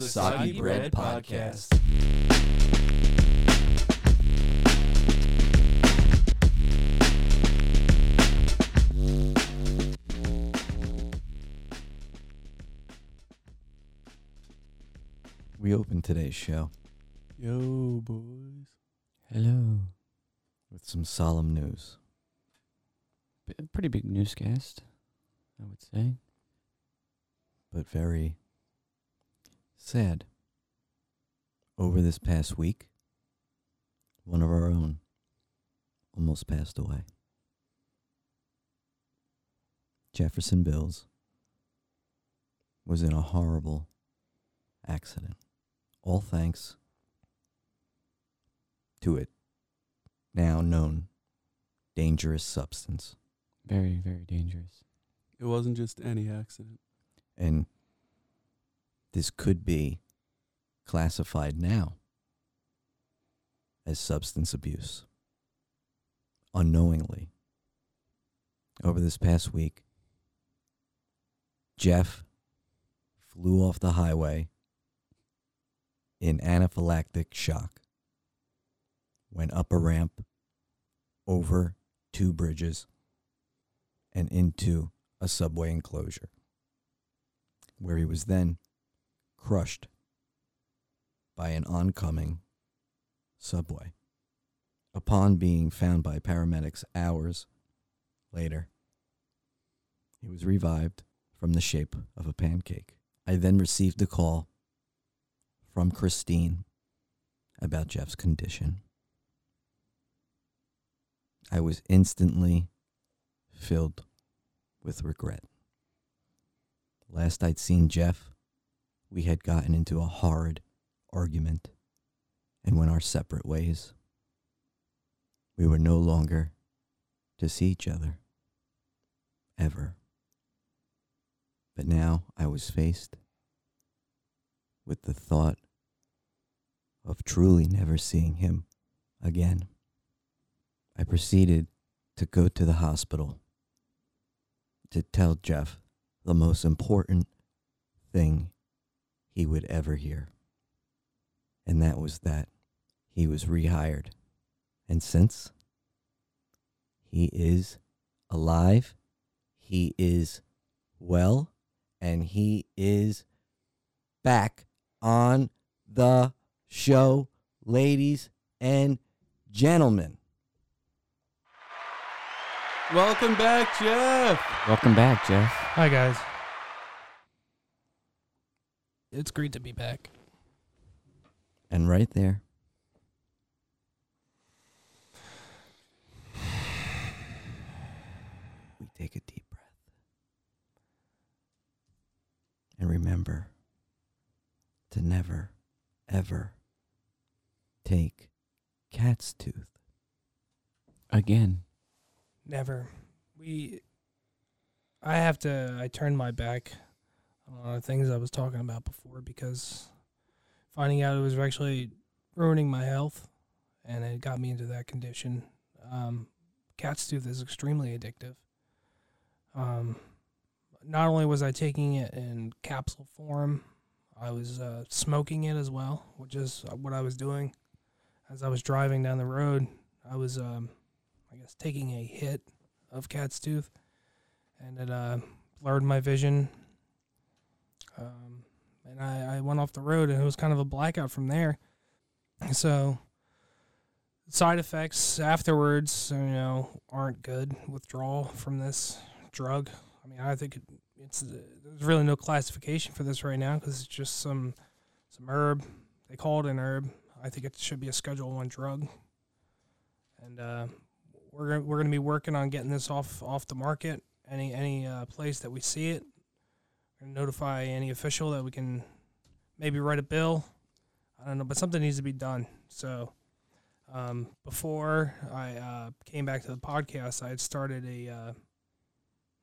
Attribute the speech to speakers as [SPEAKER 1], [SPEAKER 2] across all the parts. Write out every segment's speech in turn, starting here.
[SPEAKER 1] The Soggy Bread Podcast.
[SPEAKER 2] We open today's show
[SPEAKER 1] Yo, boys.
[SPEAKER 3] Hello.
[SPEAKER 2] with some solemn news.
[SPEAKER 3] B- a pretty big newscast, I would say.
[SPEAKER 2] but very sad. Over this past week, one of our own almost passed away. Jefferson Bills was in a horrible accident. All thanks to it now known dangerous substance.
[SPEAKER 3] Very, very dangerous.
[SPEAKER 1] It wasn't just any accident.
[SPEAKER 2] and this could be classified now as substance abuse unknowingly over this past week jeff flew off the highway in anaphylactic shock went up a ramp over two bridges and into a subway enclosure where he was then crushed by an oncoming subway. Upon being found by paramedics hours later, he was revived from the shape of a pancake. I then received a call from Christine about Jeff's condition. I was instantly filled with regret. Last I'd seen Jeff, we had gotten into a horrid argument and went our separate ways. We were no longer to see each other. Ever. But now I was faced with the thought of truly never seeing him again. I proceeded to go to the hospital to tell Jeff the most important thing he would ever hear. And that was that he was rehired. And since he is alive, he is well, and he is back on the show, ladies and gentlemen.
[SPEAKER 1] Welcome back, Jeff.
[SPEAKER 3] Welcome back, Jeff.
[SPEAKER 4] Hi guys. It's great to be back.
[SPEAKER 2] And right there, we take a deep breath and remember to never, ever take cat's tooth.
[SPEAKER 3] Again.
[SPEAKER 4] Never. We I have to I turned my back on a lot of things I was talking about before because finding out it was actually ruining my health and it got me into that condition. Um cat's tooth is extremely addictive. Um not only was I taking it in capsule form, I was uh, smoking it as well, which is what I was doing as I was driving down the road. I was um I guess taking a hit of cat's tooth, and it uh, blurred my vision. Um, and I, I went off the road, and it was kind of a blackout from there. So, side effects afterwards, you know, aren't good. Withdrawal from this drug. I mean, I think it, it's there's really no classification for this right now because it's just some some herb. They call it an herb. I think it should be a Schedule One drug. And uh, we're gonna- we're going to be working on getting this off off the market. Any any uh, place that we see it, we're gonna notify any official that we can maybe write a bill. I don't know, but something needs to be done. So um, before I uh, came back to the podcast, I had started a uh,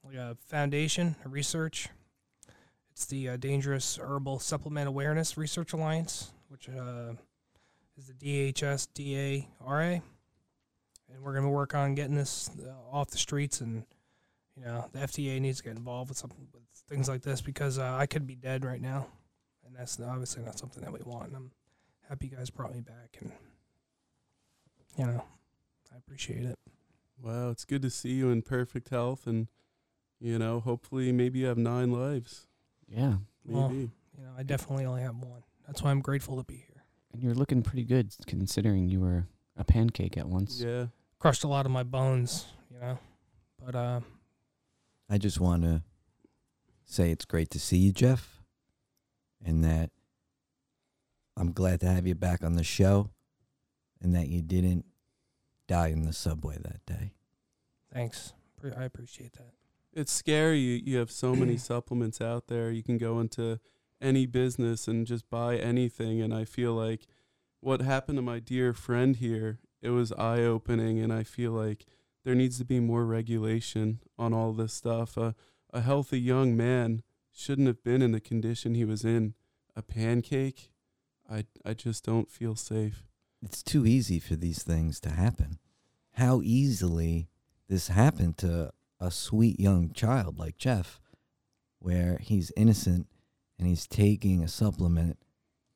[SPEAKER 4] like a foundation, a research. It's the uh, Dangerous Herbal Supplement Awareness Research Alliance, which uh, is the DHS DARA and we're going to work on getting this uh, off the streets and you know the FDA needs to get involved with something with things like this because uh, I could be dead right now and and that's not- obviously not something that we want. And I'm happy you guys brought me back, and you know, I appreciate it.
[SPEAKER 1] Wow, it's good to see you in perfect health, and you know, hopefully, maybe you have nine lives.
[SPEAKER 3] Yeah.
[SPEAKER 4] Well,
[SPEAKER 1] Maybe.
[SPEAKER 4] You know, I definitely only have one. That's why I'm grateful to be here.
[SPEAKER 3] And you're looking pretty good considering you were a pancake at once.
[SPEAKER 1] yeah.
[SPEAKER 4] Crushed a lot of my bones, you know, but uh,
[SPEAKER 2] I just want to say it's great to see you, Jeff, and that I'm glad to have you back on the show, and that you didn't die in the subway that day.
[SPEAKER 4] thanks. Pre- I appreciate that.
[SPEAKER 1] It's scary. You, you have so many supplements out there. You can go into any business and just buy anything. And I feel like what happened to my dear friend here, it was eye opening. And I feel like there needs to be more regulation on all this stuff. Uh, a healthy young man shouldn't have been in the condition he was in. A pancake? I, I just don't feel safe.
[SPEAKER 2] It's too easy for these things to happen. How easily this happened to a sweet young child like Jeff, where he's innocent and he's taking a supplement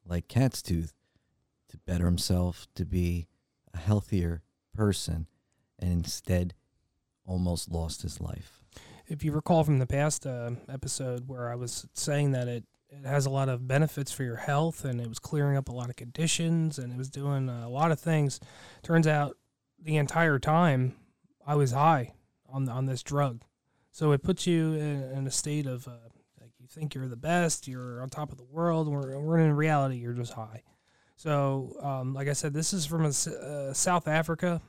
[SPEAKER 2] like cat's tooth to better himself, to be a healthier person, and instead almost lost his life.
[SPEAKER 4] if you recall from the past uh, episode where I was saying that it, it has a lot of benefits for your health and it was clearing up a lot of conditions and it was doing a lot of things. Turns out the entire time I was high on on this drug, so it puts you in, in a state of uh, like you think you're the best, you're on top of the world. We're, we're in reality, you're just high. So, um, like I said, this is from a s uh, South Africa.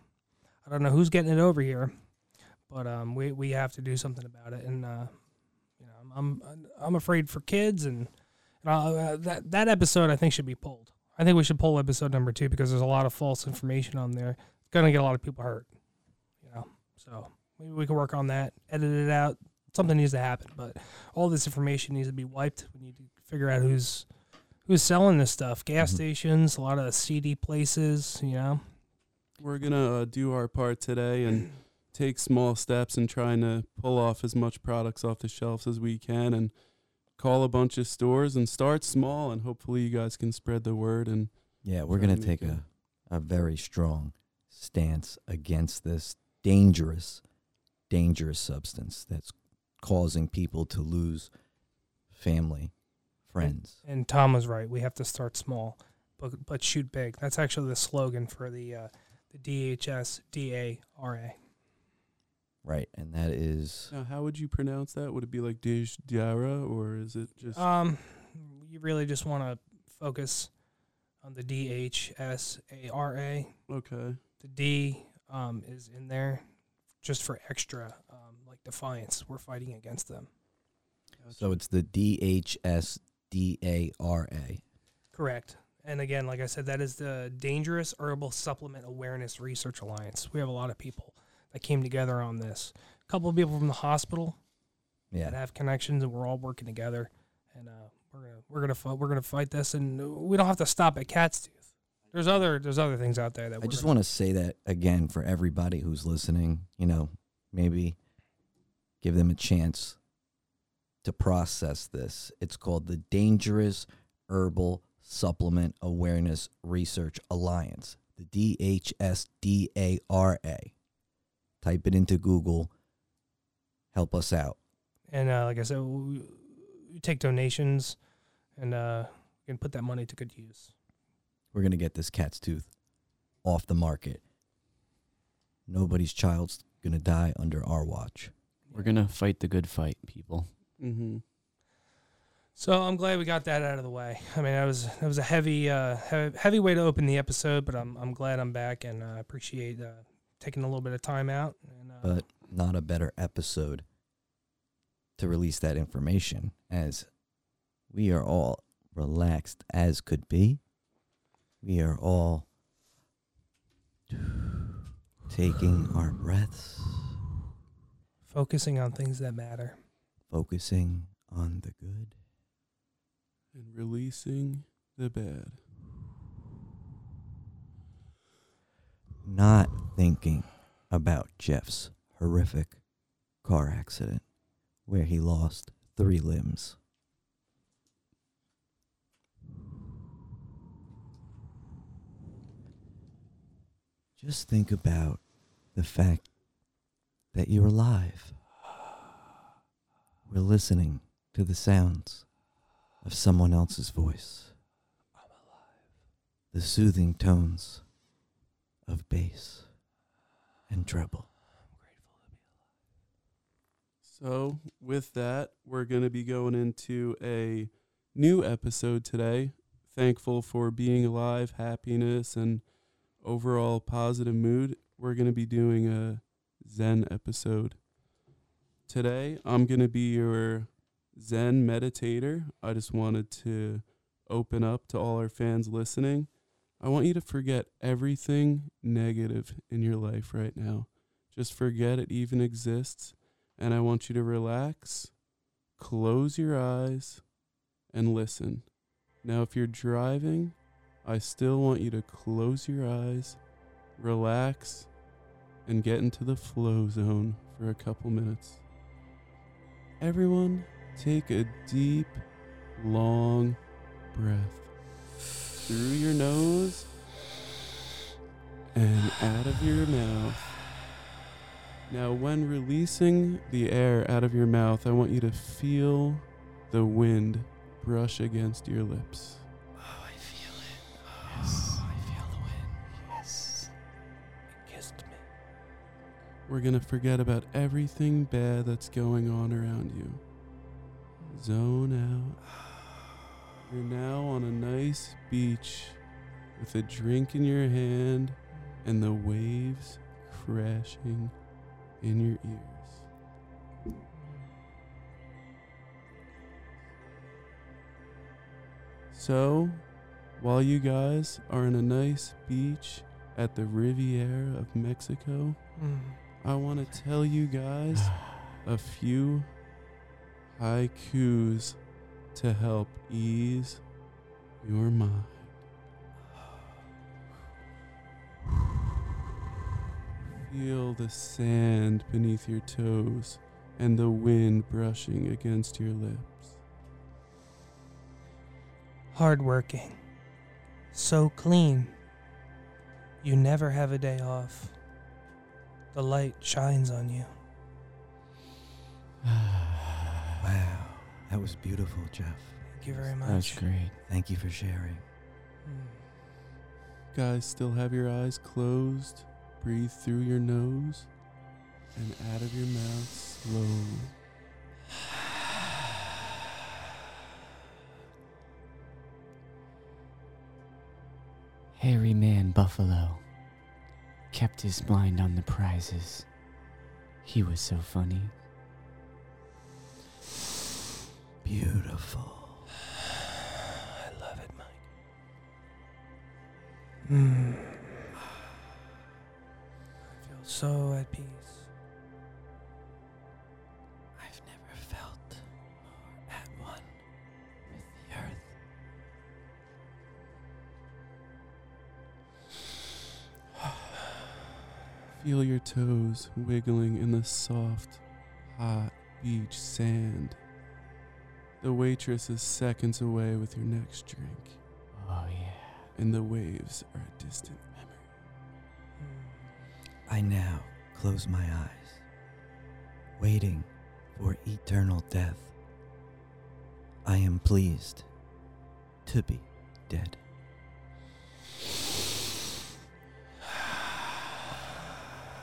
[SPEAKER 4] I don't know who's getting it over here but um, we we have to do something about it. And uh, you know, I'm I'm, I'm afraid for kids, and, and I'll, uh, that that episode I think should be pulled. I think we should pull episode number two because there's a lot of false information on there. It's gonna get a lot of people hurt, you know. So maybe we can work on that, edit it out. Something needs to happen, but all this information needs to be wiped. We need to figure out who's who's selling this stuff. Gas
[SPEAKER 2] Mhm.
[SPEAKER 4] stations, a lot of seedy places, you know.
[SPEAKER 1] We're going to uh, do our part today and take small steps in trying to uh, pull off as much products off the shelves as we can and call a bunch of stores and start small and hopefully you guys can spread the word and
[SPEAKER 2] Yeah, we're
[SPEAKER 1] Trying
[SPEAKER 2] going
[SPEAKER 1] to
[SPEAKER 2] to
[SPEAKER 1] make
[SPEAKER 2] take a, a very strong stance against this dangerous, dangerous substance that's causing people to lose family, friends.
[SPEAKER 4] And Tom was right. We have to start small, but but shoot big. That's actually the slogan for the uh, the DHS DARA.
[SPEAKER 2] Right. And that is
[SPEAKER 1] now how would you pronounce that would it be like Dej Diara or is it just
[SPEAKER 4] Um, you really just want to focus on the DHSARA.
[SPEAKER 1] okay
[SPEAKER 4] The D um, is in there just for extra, um, like defiance. We're fighting against them.
[SPEAKER 2] so it's the DHSDARA.
[SPEAKER 4] Correct. And again, like I said, that is the Dangerous Herbal Supplement Awareness Research Alliance. We have a lot of people that came together on this. A couple of people from the hospital that
[SPEAKER 2] Yeah.
[SPEAKER 4] have connections, and we're all working together. And uh, we're gonna we're gonna fi- we're gonna fight this, and we don't have to stop at cat's tooth. There's other there's other things out there that
[SPEAKER 2] I
[SPEAKER 4] we're
[SPEAKER 2] just
[SPEAKER 4] gonna-
[SPEAKER 2] want to say that again for everybody who's listening, you know, maybe give them a chance to process this. It's called the Dangerous Herbal Supplement Awareness Research Alliance, the DHSDARA. Type it into Google. Help us out.
[SPEAKER 4] and uh, like I said, we, we take donations, and uh, we can put that money to good use.
[SPEAKER 2] We're going to get this cat's tooth off the market. Nobody's child's going to die under our watch.
[SPEAKER 3] We're going to fight the good fight, people.
[SPEAKER 1] mm-hmm.
[SPEAKER 4] So I'm glad we got that out of the way. I mean, that was that was a heavy uh, heavy, heavy way to open the episode, but I'm I'm glad I'm back, and I appreciate uh, taking a little bit of time out. And, uh,
[SPEAKER 2] but not a better episode to release that information as we are all relaxed as could be. We are all taking our breaths,
[SPEAKER 4] focusing on things that matter.
[SPEAKER 2] focusing on the good.
[SPEAKER 1] and releasing the bad
[SPEAKER 2] not thinking about Jeff's horrific car accident where he lost three limbs. Just think about the fact that you're alive. We're listening to the sounds of someone else's voice. The soothing tones of bass and treble.
[SPEAKER 1] So, with that, we're going to be going into a new episode today. Thankful for being alive, happiness, and overall positive mood. We're going to be doing a Zen episode. Today, I'm going to be your Zen meditator. I just wanted to open up to all our fans listening. I want you to forget everything negative in your life right now. Just forget it even exists and I want you to relax, close your eyes, and listen. Now, if you're driving, I still want you to close your eyes, relax, and get into the flow zone for a couple minutes. Everyone, take a deep, long breath through your nose and out of your mouth. Now, when releasing the air out of your mouth, I want you to feel the wind brush against your lips.
[SPEAKER 2] Oh, I feel it. Oh, I feel the wind. Yes.
[SPEAKER 4] It kissed me.
[SPEAKER 1] We're going to forget about everything bad that's going on around you. Zone out. You're now on a nice beach with a drink in your hand and the waves crashing in your ears. So, while you guys are on a nice beach at the Riviera of Mexico,
[SPEAKER 4] Mm.
[SPEAKER 1] I want to tell you guys a few haikus to help ease your mind. Feel the sand beneath your toes and the wind brushing against your lips.
[SPEAKER 4] Hardworking. So clean. You never have a day off. The light shines on you.
[SPEAKER 2] Wow. That was beautiful, Jeff.
[SPEAKER 4] Thank you very
[SPEAKER 3] That was
[SPEAKER 4] much.
[SPEAKER 3] great.
[SPEAKER 2] Thank you for sharing.
[SPEAKER 4] Mm.
[SPEAKER 1] Guys, still have your eyes closed. Breathe through your nose and out of your mouth slowly.
[SPEAKER 3] Hairy man Buffalo kept his mind on the prizes. He was so funny.
[SPEAKER 2] Beautiful.
[SPEAKER 4] I love it, Mike. Mm. I feel so at peace.
[SPEAKER 2] I've never felt more at one with the earth.
[SPEAKER 4] Hmm.
[SPEAKER 1] Feel your toes wiggling in the soft, hot beach sand. The waitress is seconds away with your next drink,
[SPEAKER 3] Oh, yeah.
[SPEAKER 1] and the waves are a distant memory.
[SPEAKER 2] I now close my eyes, waiting for eternal death. I am pleased to be dead.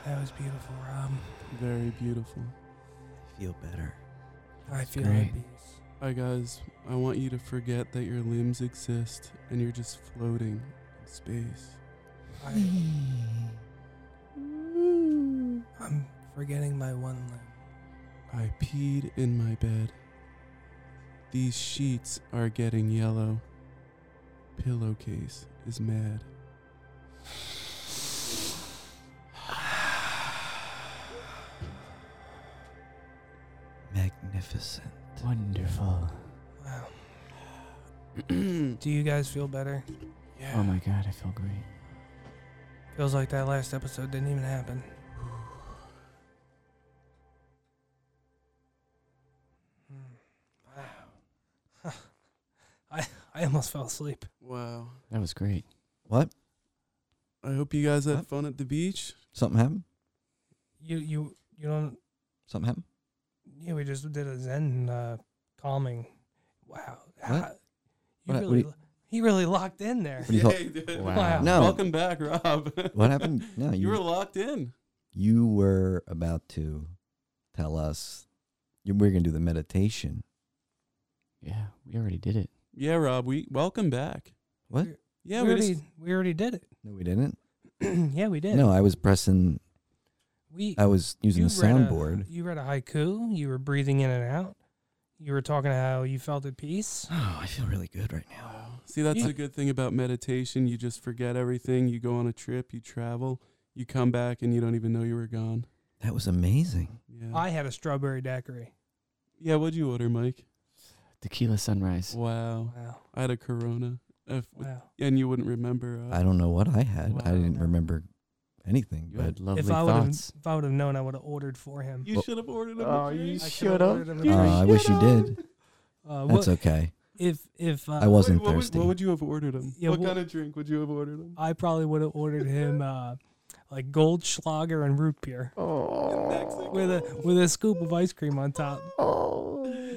[SPEAKER 4] That was beautiful, Rob.
[SPEAKER 1] Very beautiful.
[SPEAKER 2] I feel better.
[SPEAKER 4] I feel
[SPEAKER 3] great.
[SPEAKER 4] at peace.
[SPEAKER 1] Hi, guys. I want you to forget that your limbs exist and you're just floating in space.
[SPEAKER 4] I, I'm forgetting my one limb.
[SPEAKER 1] I peed in my bed. These sheets are getting yellow. Pillowcase is mad.
[SPEAKER 2] Magnificent.
[SPEAKER 3] Wonderful.
[SPEAKER 4] Wow. Do you guys feel better?
[SPEAKER 3] Oh my god, I feel great.
[SPEAKER 4] Feels like that last episode didn't even happen. Mm. Wow. I I almost fell asleep.
[SPEAKER 1] Wow.
[SPEAKER 3] That was great.
[SPEAKER 2] What?
[SPEAKER 1] I I hope you guys had
[SPEAKER 2] What?
[SPEAKER 1] fun at the beach.
[SPEAKER 2] Something happened?
[SPEAKER 4] You you you don't.
[SPEAKER 2] Something happened?
[SPEAKER 4] Yeah, we just did a Zen uh, calming. Wow. How- you
[SPEAKER 2] What- what
[SPEAKER 4] really,
[SPEAKER 2] do
[SPEAKER 4] lo- he really locked in there.
[SPEAKER 2] What do you call-
[SPEAKER 1] Yay, dude.
[SPEAKER 3] Wow.
[SPEAKER 2] No.
[SPEAKER 1] Welcome back, Rob.
[SPEAKER 2] What happened? No,
[SPEAKER 1] you
[SPEAKER 2] you
[SPEAKER 1] were locked in.
[SPEAKER 2] you were about to tell us you we're gonna do the meditation.
[SPEAKER 3] Yeah, we already did it.
[SPEAKER 1] Yeah, Rob. We welcome back.
[SPEAKER 2] What?
[SPEAKER 1] Yeah,
[SPEAKER 4] we
[SPEAKER 1] we
[SPEAKER 4] already
[SPEAKER 1] just,
[SPEAKER 4] we already did it.
[SPEAKER 2] No, we didn't.
[SPEAKER 4] yeah, we did.
[SPEAKER 2] No, I was pressing.
[SPEAKER 4] we
[SPEAKER 2] I was using the
[SPEAKER 4] you read a-
[SPEAKER 2] soundboard.
[SPEAKER 4] you read a haiku. You were breathing in and out. You were talking how you felt at peace.
[SPEAKER 2] Oh, I feel really good right now.
[SPEAKER 1] see. That's
[SPEAKER 4] Yeah.
[SPEAKER 1] the good thing about meditation. You just forget everything. You go on a trip. You travel. You come back, and you don't even know you were gone.
[SPEAKER 2] That was amazing.
[SPEAKER 1] Yeah.
[SPEAKER 4] I had a strawberry daiquiri.
[SPEAKER 1] yeah. What'd you order, Mike?
[SPEAKER 3] Tequila sunrise.
[SPEAKER 1] Wow.
[SPEAKER 4] Wow,
[SPEAKER 1] I had a Corona. If,
[SPEAKER 4] wow.
[SPEAKER 1] and you wouldn't remember. Uh,
[SPEAKER 2] I don't know what I had. I
[SPEAKER 1] Wow.
[SPEAKER 2] didn't remember anything.
[SPEAKER 3] You
[SPEAKER 2] But
[SPEAKER 3] had lovely
[SPEAKER 4] if I would have
[SPEAKER 3] thoughts.
[SPEAKER 4] if I would have known, I would have ordered for him.
[SPEAKER 1] you
[SPEAKER 2] Well-
[SPEAKER 1] should have ordered a
[SPEAKER 3] Oh,
[SPEAKER 1] drink.
[SPEAKER 3] you
[SPEAKER 4] I
[SPEAKER 3] sh-
[SPEAKER 4] coulda
[SPEAKER 3] Shut up.
[SPEAKER 4] ordered him a
[SPEAKER 2] uh,
[SPEAKER 4] drink.
[SPEAKER 2] I wish you did.
[SPEAKER 4] Uh, what,
[SPEAKER 2] That's okay.
[SPEAKER 4] if if uh,
[SPEAKER 2] I wasn't
[SPEAKER 1] what,
[SPEAKER 2] thirsty.
[SPEAKER 1] Would, what would you have ordered him?
[SPEAKER 4] Yeah,
[SPEAKER 1] what
[SPEAKER 4] wha-
[SPEAKER 1] kind of drink would you have ordered him?
[SPEAKER 4] I probably would have ordered him uh, like Goldschlager and root beer
[SPEAKER 1] Mexico.
[SPEAKER 4] with a with a scoop of ice cream on top.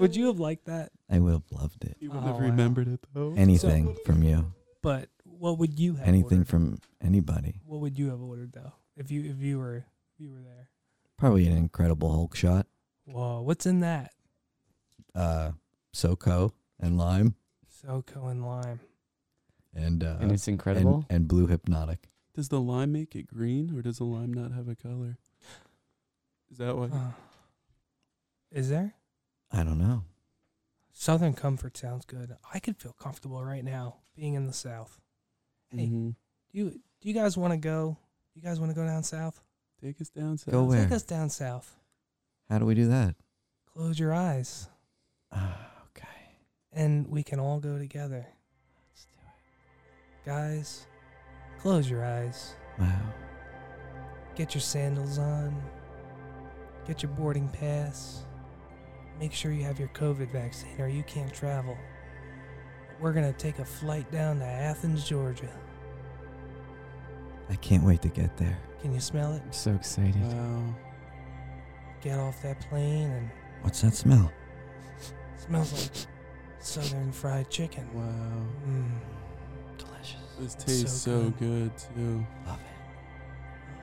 [SPEAKER 4] Would you have liked that?
[SPEAKER 2] I would have loved it.
[SPEAKER 1] You wouldn't
[SPEAKER 4] Oh,
[SPEAKER 1] have
[SPEAKER 4] wow.
[SPEAKER 1] remembered it though.
[SPEAKER 2] Anything from you.
[SPEAKER 4] But what would you have?
[SPEAKER 2] Anything
[SPEAKER 4] ordered?
[SPEAKER 2] from anybody.
[SPEAKER 4] What would you have ordered though? If you if you were if you were there.
[SPEAKER 2] Probably an incredible Hulk shot.
[SPEAKER 4] Whoa, what's in that?
[SPEAKER 2] Uh, SoCo and lime
[SPEAKER 4] SoCo and lime.
[SPEAKER 2] and uh,
[SPEAKER 3] and it's incredible.
[SPEAKER 2] and, and blue hypnotic.
[SPEAKER 1] Does the lime make it green, or does the lime not have a color? Is that why?
[SPEAKER 4] Huh. Is there?
[SPEAKER 2] I don't know.
[SPEAKER 4] Southern comfort sounds good. I could feel comfortable right now being in the South. hey.
[SPEAKER 1] Mhm.
[SPEAKER 4] Do you do you guys want to go? You guys want to go down south?
[SPEAKER 1] Take us down. Seth.
[SPEAKER 2] Go where?
[SPEAKER 4] Take us down south.
[SPEAKER 2] How do we do that?
[SPEAKER 4] Close your eyes,
[SPEAKER 2] Ah, okay.
[SPEAKER 4] and we can all go together,
[SPEAKER 2] Let's do it.
[SPEAKER 4] guys. Close your eyes.
[SPEAKER 2] Wow.
[SPEAKER 4] Get your sandals on. Get your boarding pass. Make sure you have your COVID vaccine or you can't travel. We're going to take a flight down to Athens, Georgia.
[SPEAKER 2] I can't wait to get there.
[SPEAKER 4] Can you smell it?
[SPEAKER 3] I'm so excited.
[SPEAKER 1] Wow.
[SPEAKER 4] Get off that plane and
[SPEAKER 2] What's that smell?
[SPEAKER 4] smells like southern fried chicken.
[SPEAKER 1] Wow.
[SPEAKER 4] Mm.
[SPEAKER 2] Delicious.
[SPEAKER 1] This tastes
[SPEAKER 4] So
[SPEAKER 1] so, good. too.
[SPEAKER 2] Love it.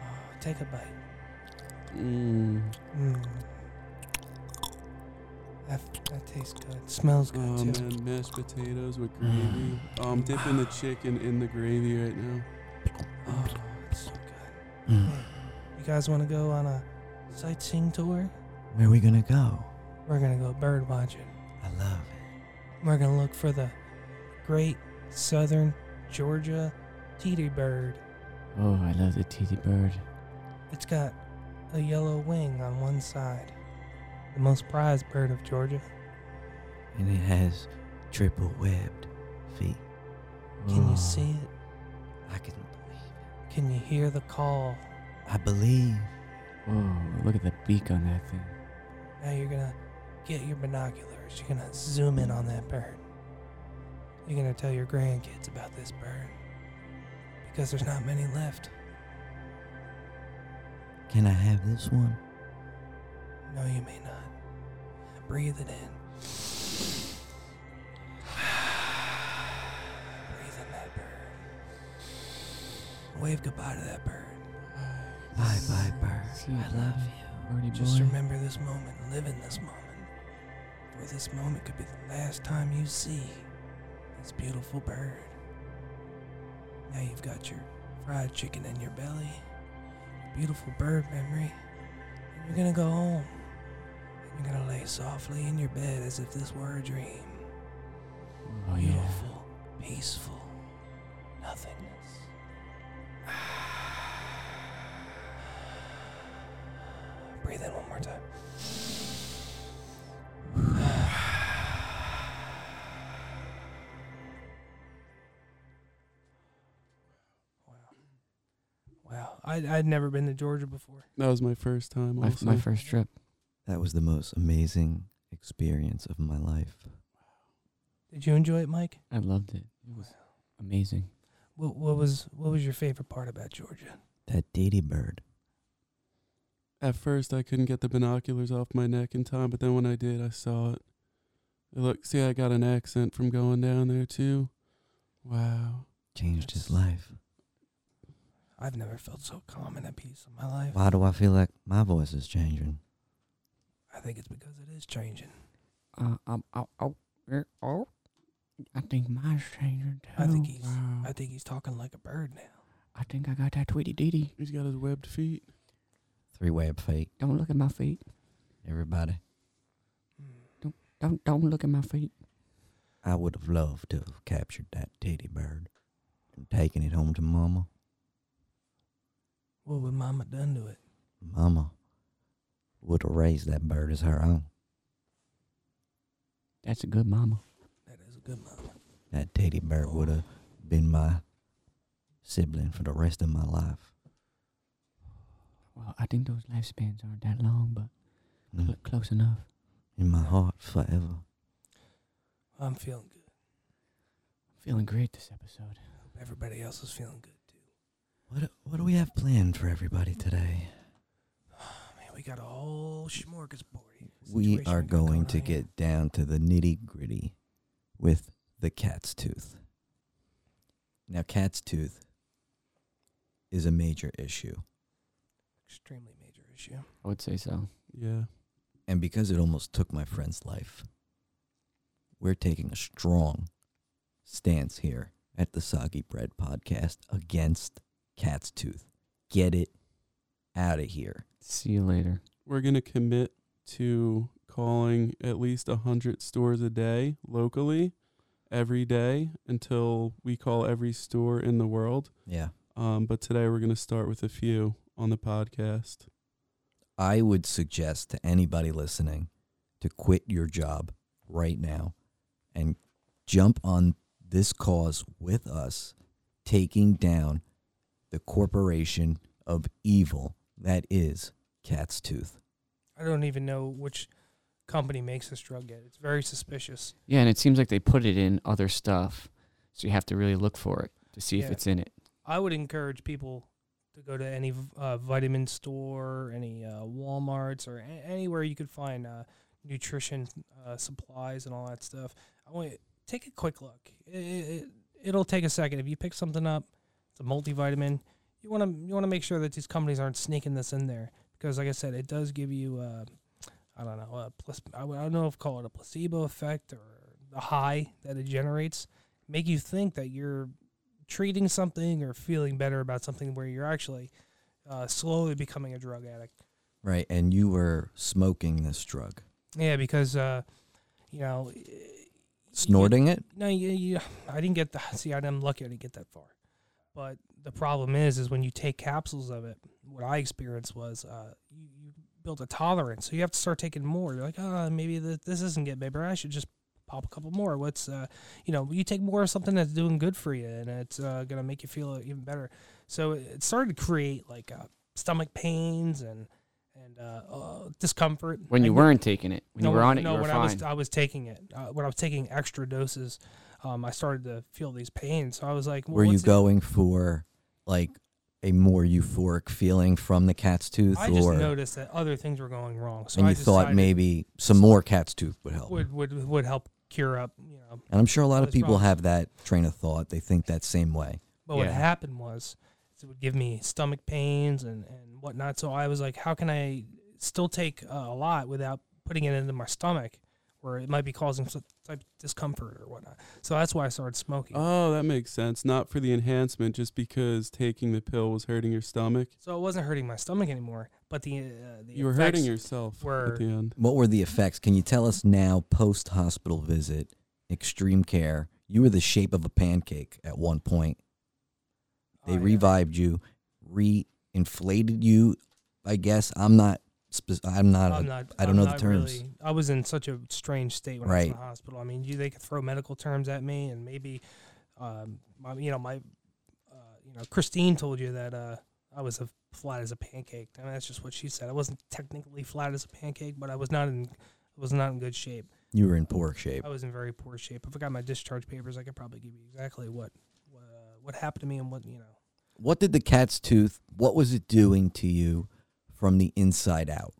[SPEAKER 4] Oh, take a bite.
[SPEAKER 1] Mm.
[SPEAKER 4] Mm. That, that tastes good. Smells
[SPEAKER 1] Oh
[SPEAKER 4] good
[SPEAKER 3] Um,
[SPEAKER 4] too.
[SPEAKER 1] man, mashed potatoes with gravy.
[SPEAKER 3] Mm.
[SPEAKER 1] Oh, I'm dipping the chicken in the gravy right now.
[SPEAKER 4] Oh, it's so good.
[SPEAKER 2] Mm.
[SPEAKER 4] You guys want to go on a sightseeing tour?
[SPEAKER 2] Where are we gonna go?
[SPEAKER 4] We're gonna go bird watching.
[SPEAKER 2] I love it.
[SPEAKER 4] We're gonna look for the great southern Georgia teety bird.
[SPEAKER 3] Oh, I love the teddy bird.
[SPEAKER 4] It's got a yellow wing on one side. The most prized bird of Georgia.
[SPEAKER 2] And it has triple webbed feet.
[SPEAKER 4] Can
[SPEAKER 3] Oh.
[SPEAKER 4] you see it?
[SPEAKER 2] I can believe.
[SPEAKER 4] Can you hear the call?
[SPEAKER 2] I believe.
[SPEAKER 3] Oh, look at the beak on that thing.
[SPEAKER 4] Now you're gonna get your binoculars. You're gonna zoom in on that bird. You're gonna tell your grandkids about this bird. Because there's not many left.
[SPEAKER 2] Can I have this one?
[SPEAKER 4] No, you may not. Breathe it in. Breathe in that bird. Wave goodbye to that bird.
[SPEAKER 2] Bye bye, bird.
[SPEAKER 3] See you,
[SPEAKER 2] I love
[SPEAKER 3] bye.
[SPEAKER 2] you.
[SPEAKER 3] Birdie
[SPEAKER 4] Just
[SPEAKER 3] boy.
[SPEAKER 4] remember this moment. Live in this moment. For this moment could be the last time you see this beautiful bird. Now you've got your fried chicken in your belly, beautiful bird memory, and you're gonna go home. And you're gonna lay softly in your bed as if this were a dream.
[SPEAKER 3] Oh yeah.
[SPEAKER 4] Beautiful, peaceful, nothingness. Breathe in one more time. Wow. Wow. I'd, I'd never been to Georgia before.
[SPEAKER 1] That was my first time.
[SPEAKER 3] My,
[SPEAKER 1] Also.
[SPEAKER 3] my first trip.
[SPEAKER 2] That was the most amazing experience of my life.
[SPEAKER 4] Did you enjoy it, Mike?
[SPEAKER 3] I loved it. It was amazing.
[SPEAKER 4] What, what was what was your favorite part about Georgia?
[SPEAKER 2] That Dady bird.
[SPEAKER 1] At first, I couldn't get the binoculars off my neck in time, but then when I did, I saw it. Look, see, I got an accent from going down there too. Wow.
[SPEAKER 2] Changed his
[SPEAKER 4] Yes.
[SPEAKER 2] life.
[SPEAKER 4] I've never felt so calm and at peace in my life.
[SPEAKER 2] Why do I feel like my voice is changing?
[SPEAKER 4] I think it's because it is changing.
[SPEAKER 3] Uh, um, oh, oh, er, oh. I think mine's changing too.
[SPEAKER 4] I think he's-
[SPEAKER 3] Wow.
[SPEAKER 4] I think he's talking like a bird now.
[SPEAKER 3] I think I got that Tweety Deedy.
[SPEAKER 1] He's got his webbed feet.
[SPEAKER 2] Three web feet,
[SPEAKER 3] Don't look at my feet.
[SPEAKER 2] everybody.
[SPEAKER 4] Hmm.
[SPEAKER 3] Don't don't look at my feet.
[SPEAKER 2] I would have loved to have captured that teddy bird and taken it home to Mama.
[SPEAKER 4] What would Mama done to it?
[SPEAKER 2] Mama would have raised that bird as her own.
[SPEAKER 3] That's a good mama.
[SPEAKER 4] That is a good mama.
[SPEAKER 2] That teddy bear would have been my sibling for the rest of my life.
[SPEAKER 3] Well, I think those lifespans aren't that long, but
[SPEAKER 2] Mm.
[SPEAKER 3] cl- close enough.
[SPEAKER 2] In my heart forever.
[SPEAKER 4] I'm feeling good.
[SPEAKER 3] Feeling great this episode.
[SPEAKER 4] Hope everybody else is feeling good too.
[SPEAKER 2] What what do we have planned for everybody today?
[SPEAKER 4] Man, we got a whole smorgasbord.
[SPEAKER 2] We are going to get down to the nitty gritty with the cat's tooth. Now, cat's tooth is a major issue.
[SPEAKER 4] extremely major issue.
[SPEAKER 3] I would say so.
[SPEAKER 1] Yeah.
[SPEAKER 2] And because it almost took my friend's life, we're taking a strong stance here at the Soggy Bread podcast against Cat's Tooth. Get it out of here.
[SPEAKER 3] See you later.
[SPEAKER 1] We're going to commit to calling at least a 100 stores a day locally every day until we call every store in the world.
[SPEAKER 2] Yeah.
[SPEAKER 1] Um, but today we're going to start with a few on the podcast.
[SPEAKER 2] I would suggest to anybody listening to quit your job right now and jump on this cause with us, taking down the corporation of evil that is Cat's Tooth.
[SPEAKER 4] I don't even know which company makes this drug yet. It's very suspicious.
[SPEAKER 3] Yeah, and it seems like they put it in other stuff, so you have to really look for it to see if
[SPEAKER 4] Yeah.
[SPEAKER 3] it's in it.
[SPEAKER 4] I would encourage people to go to any uh, vitamin store, any uh, WalMarts, or a- anywhere you could find uh, nutrition uh, supplies and all that stuff. I want take a quick look. It, it, it'll take a second if you pick something up. It's a multivitamin. You want to you want to make sure that these companies aren't sneaking this in there because, like I said, it does give you uh, I don't know a plus, I would- I don't know if call it a placebo effect or the high that it generates, make you think that you're treating something or feeling better about something where you're actually uh, slowly becoming a drug addict.
[SPEAKER 2] Right. And you were smoking this drug.
[SPEAKER 4] Yeah, because uh, you know, y-
[SPEAKER 2] Snorting it?
[SPEAKER 4] no, you, you, I didn't get the see. I'm lucky I didn't get that far. But the problem is, is when you take capsules of it. What I experienced was uh, you, you build a tolerance, so you have to start taking more. You're like, ah, maybe th- this isn't getting better. I should just pop a couple more. What's uh, you know, you take more of something that's doing good for you, and it's uh, gonna make you feel even better. So it it started to create like uh, stomach pains and and uh, uh, discomfort
[SPEAKER 3] When you
[SPEAKER 4] And-
[SPEAKER 3] weren't taking it, when
[SPEAKER 4] no,
[SPEAKER 3] you were on it,
[SPEAKER 4] no,
[SPEAKER 3] you were
[SPEAKER 4] when
[SPEAKER 3] fine.
[SPEAKER 4] I was I was taking it, uh, when I was taking extra doses, um, I started to feel these pains. So I was like, well,
[SPEAKER 2] Were you
[SPEAKER 4] what's it-
[SPEAKER 2] going for like a more euphoric feeling from the cat's tooth,
[SPEAKER 4] I just
[SPEAKER 2] or
[SPEAKER 4] noticed that other things were going wrong. So
[SPEAKER 2] and
[SPEAKER 4] I
[SPEAKER 2] you thought
[SPEAKER 4] decided
[SPEAKER 2] maybe some more cat's tooth would help?
[SPEAKER 4] would, would would help cure up, you know.
[SPEAKER 2] and I'm sure a lot of
[SPEAKER 4] Those
[SPEAKER 2] people
[SPEAKER 4] problems.
[SPEAKER 2] have that train of thought. They think that same way.
[SPEAKER 4] But
[SPEAKER 3] Yeah.
[SPEAKER 4] what happened was it would give me stomach pains and, and whatnot. So I was like, how can I still take uh, a lot without putting it into my stomach where it might be causing some type of discomfort or whatnot? So that's why I started smoking.
[SPEAKER 2] Uh.
[SPEAKER 1] Oh, that makes sense. Not for the enhancement, just because taking the pill was hurting your stomach.
[SPEAKER 4] so it wasn't hurting my stomach anymore, but the, uh, the
[SPEAKER 1] You were
[SPEAKER 4] effects-
[SPEAKER 1] hurting yourself
[SPEAKER 4] were-
[SPEAKER 1] at the end.
[SPEAKER 2] What were the effects? Can you tell us now, post hospital visit, extreme care? You were the shape of a pancake at one point. They
[SPEAKER 4] Oh, yeah.
[SPEAKER 2] revived you, re-inflated you. I guess I'm not. Spe- I'm not. a-
[SPEAKER 4] I'm not,
[SPEAKER 2] I don't
[SPEAKER 4] I'm
[SPEAKER 2] know the
[SPEAKER 4] not
[SPEAKER 2] terms.
[SPEAKER 4] Really, I was in such a strange state when I was in the hospital. I mean, you, they could throw medical terms at me, and maybe, um, my, you know, my, uh, you know, Christine told you that uh, I was a flat as a pancake. I mean, that's just what she said. I wasn't technically flat as a pancake, but I was not in, I was not in good shape.
[SPEAKER 2] you were in poor shape.
[SPEAKER 4] I was in very poor shape. If I got my discharge papers, I could probably give you exactly what what, uh, what happened to me and what you know.
[SPEAKER 2] What did the cat's tooth? What was it doing to you from the inside out?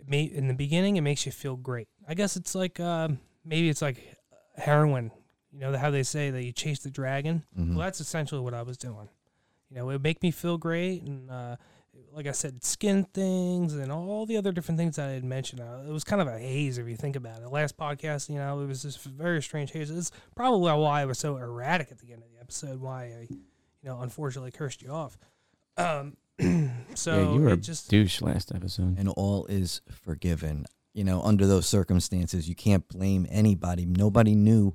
[SPEAKER 4] It may, in the beginning, it makes you feel great. I guess it's like um, maybe it's like heroin. You know how they say that you chase the dragon.
[SPEAKER 3] Mm.
[SPEAKER 2] Mhm.
[SPEAKER 4] Well, that's essentially what I was doing. You know, it would make me feel great, and uh, like I said, skin things and all the other different things that I had mentioned. Uh, it was kind of a haze if you think about it. Last podcast, you know, it was this very strange haze. It's probably why I was so erratic at the end of the episode. Why I, you know, unfortunately cursed you off. Um, so
[SPEAKER 3] yeah, you were
[SPEAKER 4] it
[SPEAKER 3] a
[SPEAKER 4] just
[SPEAKER 3] douche last episode.
[SPEAKER 2] and all is forgiven. You know, under those circumstances, you can't blame anybody. Nobody knew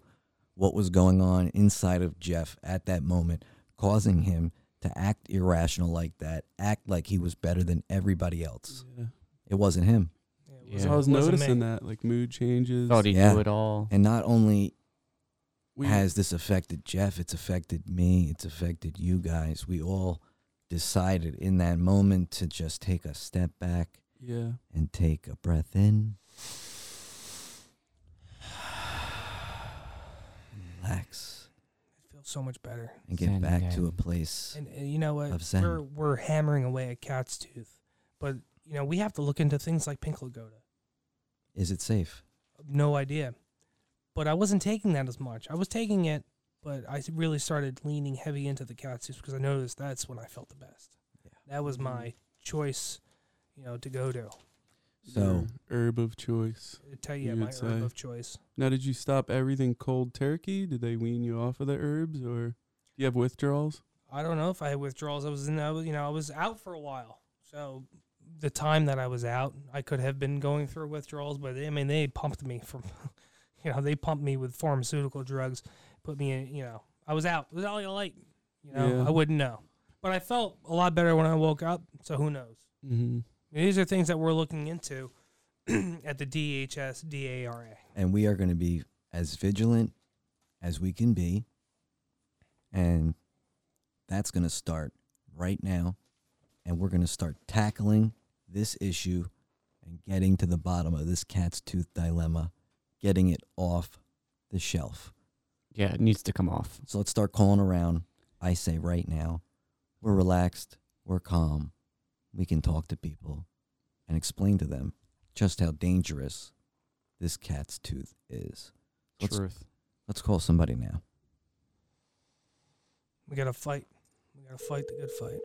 [SPEAKER 2] what was going on inside of Jeff at that moment, causing him to act irrational like that, act like he was better than everybody else.
[SPEAKER 1] Yeah.
[SPEAKER 2] It wasn't him.
[SPEAKER 4] it
[SPEAKER 3] Yeah.
[SPEAKER 1] So I was
[SPEAKER 4] it wasn't me.
[SPEAKER 1] noticing that, like mood changes.
[SPEAKER 3] Thought he
[SPEAKER 2] Yeah.
[SPEAKER 3] knew it all.
[SPEAKER 2] And not only
[SPEAKER 1] We-
[SPEAKER 2] has this affected Jeff, it's affected me, it's affected you guys. We all decided in that moment to just take a step back
[SPEAKER 1] yeah.
[SPEAKER 2] and take a breath in, relax,
[SPEAKER 4] It feels so much better.
[SPEAKER 2] and get
[SPEAKER 3] Zen
[SPEAKER 2] back to a
[SPEAKER 3] again.
[SPEAKER 2] place.
[SPEAKER 4] And, and you know what?
[SPEAKER 2] Of Zen.
[SPEAKER 4] We're we're hammering away at cat's tooth, but you know we have to look into things like pink lagoda.
[SPEAKER 2] Is it safe?
[SPEAKER 4] No idea, but I wasn't taking that as much. I was taking it, but I s- really started leaning heavy into the cat's tooth because I noticed that's when I felt the best.
[SPEAKER 2] Yeah.
[SPEAKER 4] That was my choice, you know, to go to.
[SPEAKER 2] So-
[SPEAKER 1] Your herb of choice.
[SPEAKER 4] I tell you,
[SPEAKER 1] You
[SPEAKER 4] my
[SPEAKER 1] would
[SPEAKER 4] herb
[SPEAKER 1] say.
[SPEAKER 4] of choice.
[SPEAKER 1] Now, did you stop everything cold turkey? Did they wean you off of the herbs, or do you have withdrawals?
[SPEAKER 4] I don't know if I had withdrawals. I was in, I was, you know, I was out for a while. So the time that I was out, I could have been going through withdrawals, but I mean, they pumped me from, you know, they pumped me with pharmaceutical drugs, put me in, you know, I was out. It was all light. You know,
[SPEAKER 1] Yeah.
[SPEAKER 4] I wouldn't know. But I felt a lot better when I woke up. So who knows?
[SPEAKER 1] Mm-hmm.
[SPEAKER 4] These are things that we're looking into at the DHS DARA.
[SPEAKER 2] And we are going to be as vigilant as we can be. And that's going to start right now. And we're going to start tackling this issue and getting to the bottom of this cat's tooth dilemma, getting it off the shelf.
[SPEAKER 3] Yeah, it needs to come off.
[SPEAKER 2] So let's start calling around. I say right now, we're relaxed, we're calm, we can talk to people and explain to them just how dangerous this cat's tooth is. Let's-
[SPEAKER 3] Truth.
[SPEAKER 2] Let's call somebody now.
[SPEAKER 4] We got to fight. We got to fight the good fight.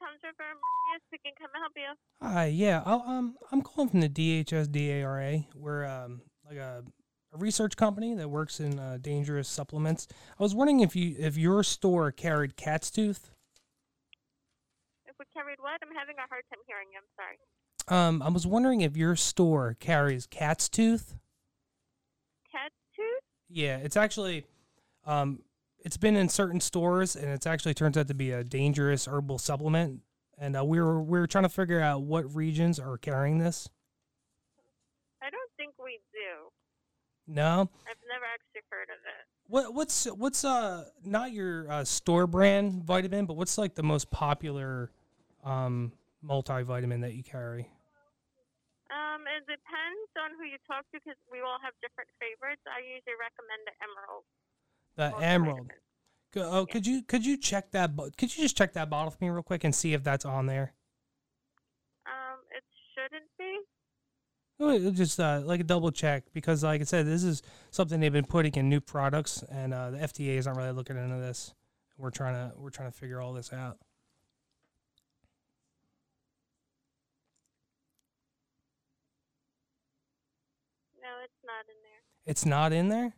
[SPEAKER 5] Tom's River Maria speaking. Can I help you?
[SPEAKER 4] Hi, yeah, I'll, um, I'm calling from the DHS DARA. We're um, like a, a research company that works in uh, dangerous supplements. I was wondering if you if your store carried cat's tooth.
[SPEAKER 5] If we carried what? I'm having a hard time hearing you. I'm sorry.
[SPEAKER 4] Um, I was wondering if your store carries cat's tooth.
[SPEAKER 5] Cat tooth?
[SPEAKER 4] Yeah, it's actually, um, it's been in certain stores, and it's actually turns out to be a dangerous herbal supplement. And uh, we were we were trying to figure out what regions are carrying this.
[SPEAKER 5] I don't think we do.
[SPEAKER 4] No,
[SPEAKER 5] I've never actually heard of it.
[SPEAKER 4] What what's what's uh not your uh, store brand vitamin, but what's like the most popular um multivitamin that you carry?
[SPEAKER 5] Um, it depends on who you talk to because we all have different favorites. I usually recommend the Emerald.
[SPEAKER 4] The
[SPEAKER 5] multivitamin.
[SPEAKER 4] Emerald. Co- Oh, could you could you check that? bo- Could you just check that bottle for me real quick and see if that's on there?
[SPEAKER 5] Um, it shouldn't be.
[SPEAKER 4] Oh, it- Just uh, like a double check because, like I said, this is something they've been putting in new products, and uh, the FDA is not really looking into this. We're trying to we're trying to figure all this out.
[SPEAKER 5] No, it's not in there.
[SPEAKER 4] It's not in there.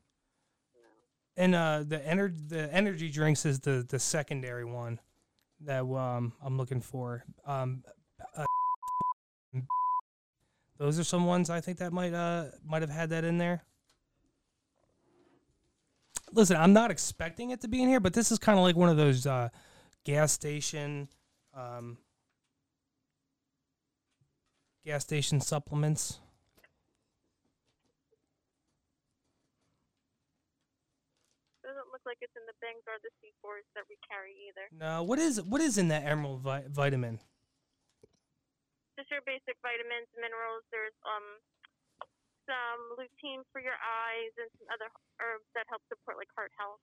[SPEAKER 5] No.
[SPEAKER 4] And uh, the energy the energy drinks is the the secondary one that um I'm looking for. Um, uh, those are some ones I think that might uh might have had that in there. Listen, I'm not expecting it to be in here, but this is kind of like one of those uh, gas station um, gas station supplements.
[SPEAKER 5] Doesn't look like it's in the Bangs or the C4s that we carry either.
[SPEAKER 4] No, what is what is in that emerald vi- vitamin?
[SPEAKER 5] Just your basic vitamins, minerals. There's um, some lutein for your eyes and some other herbs that help support like heart health.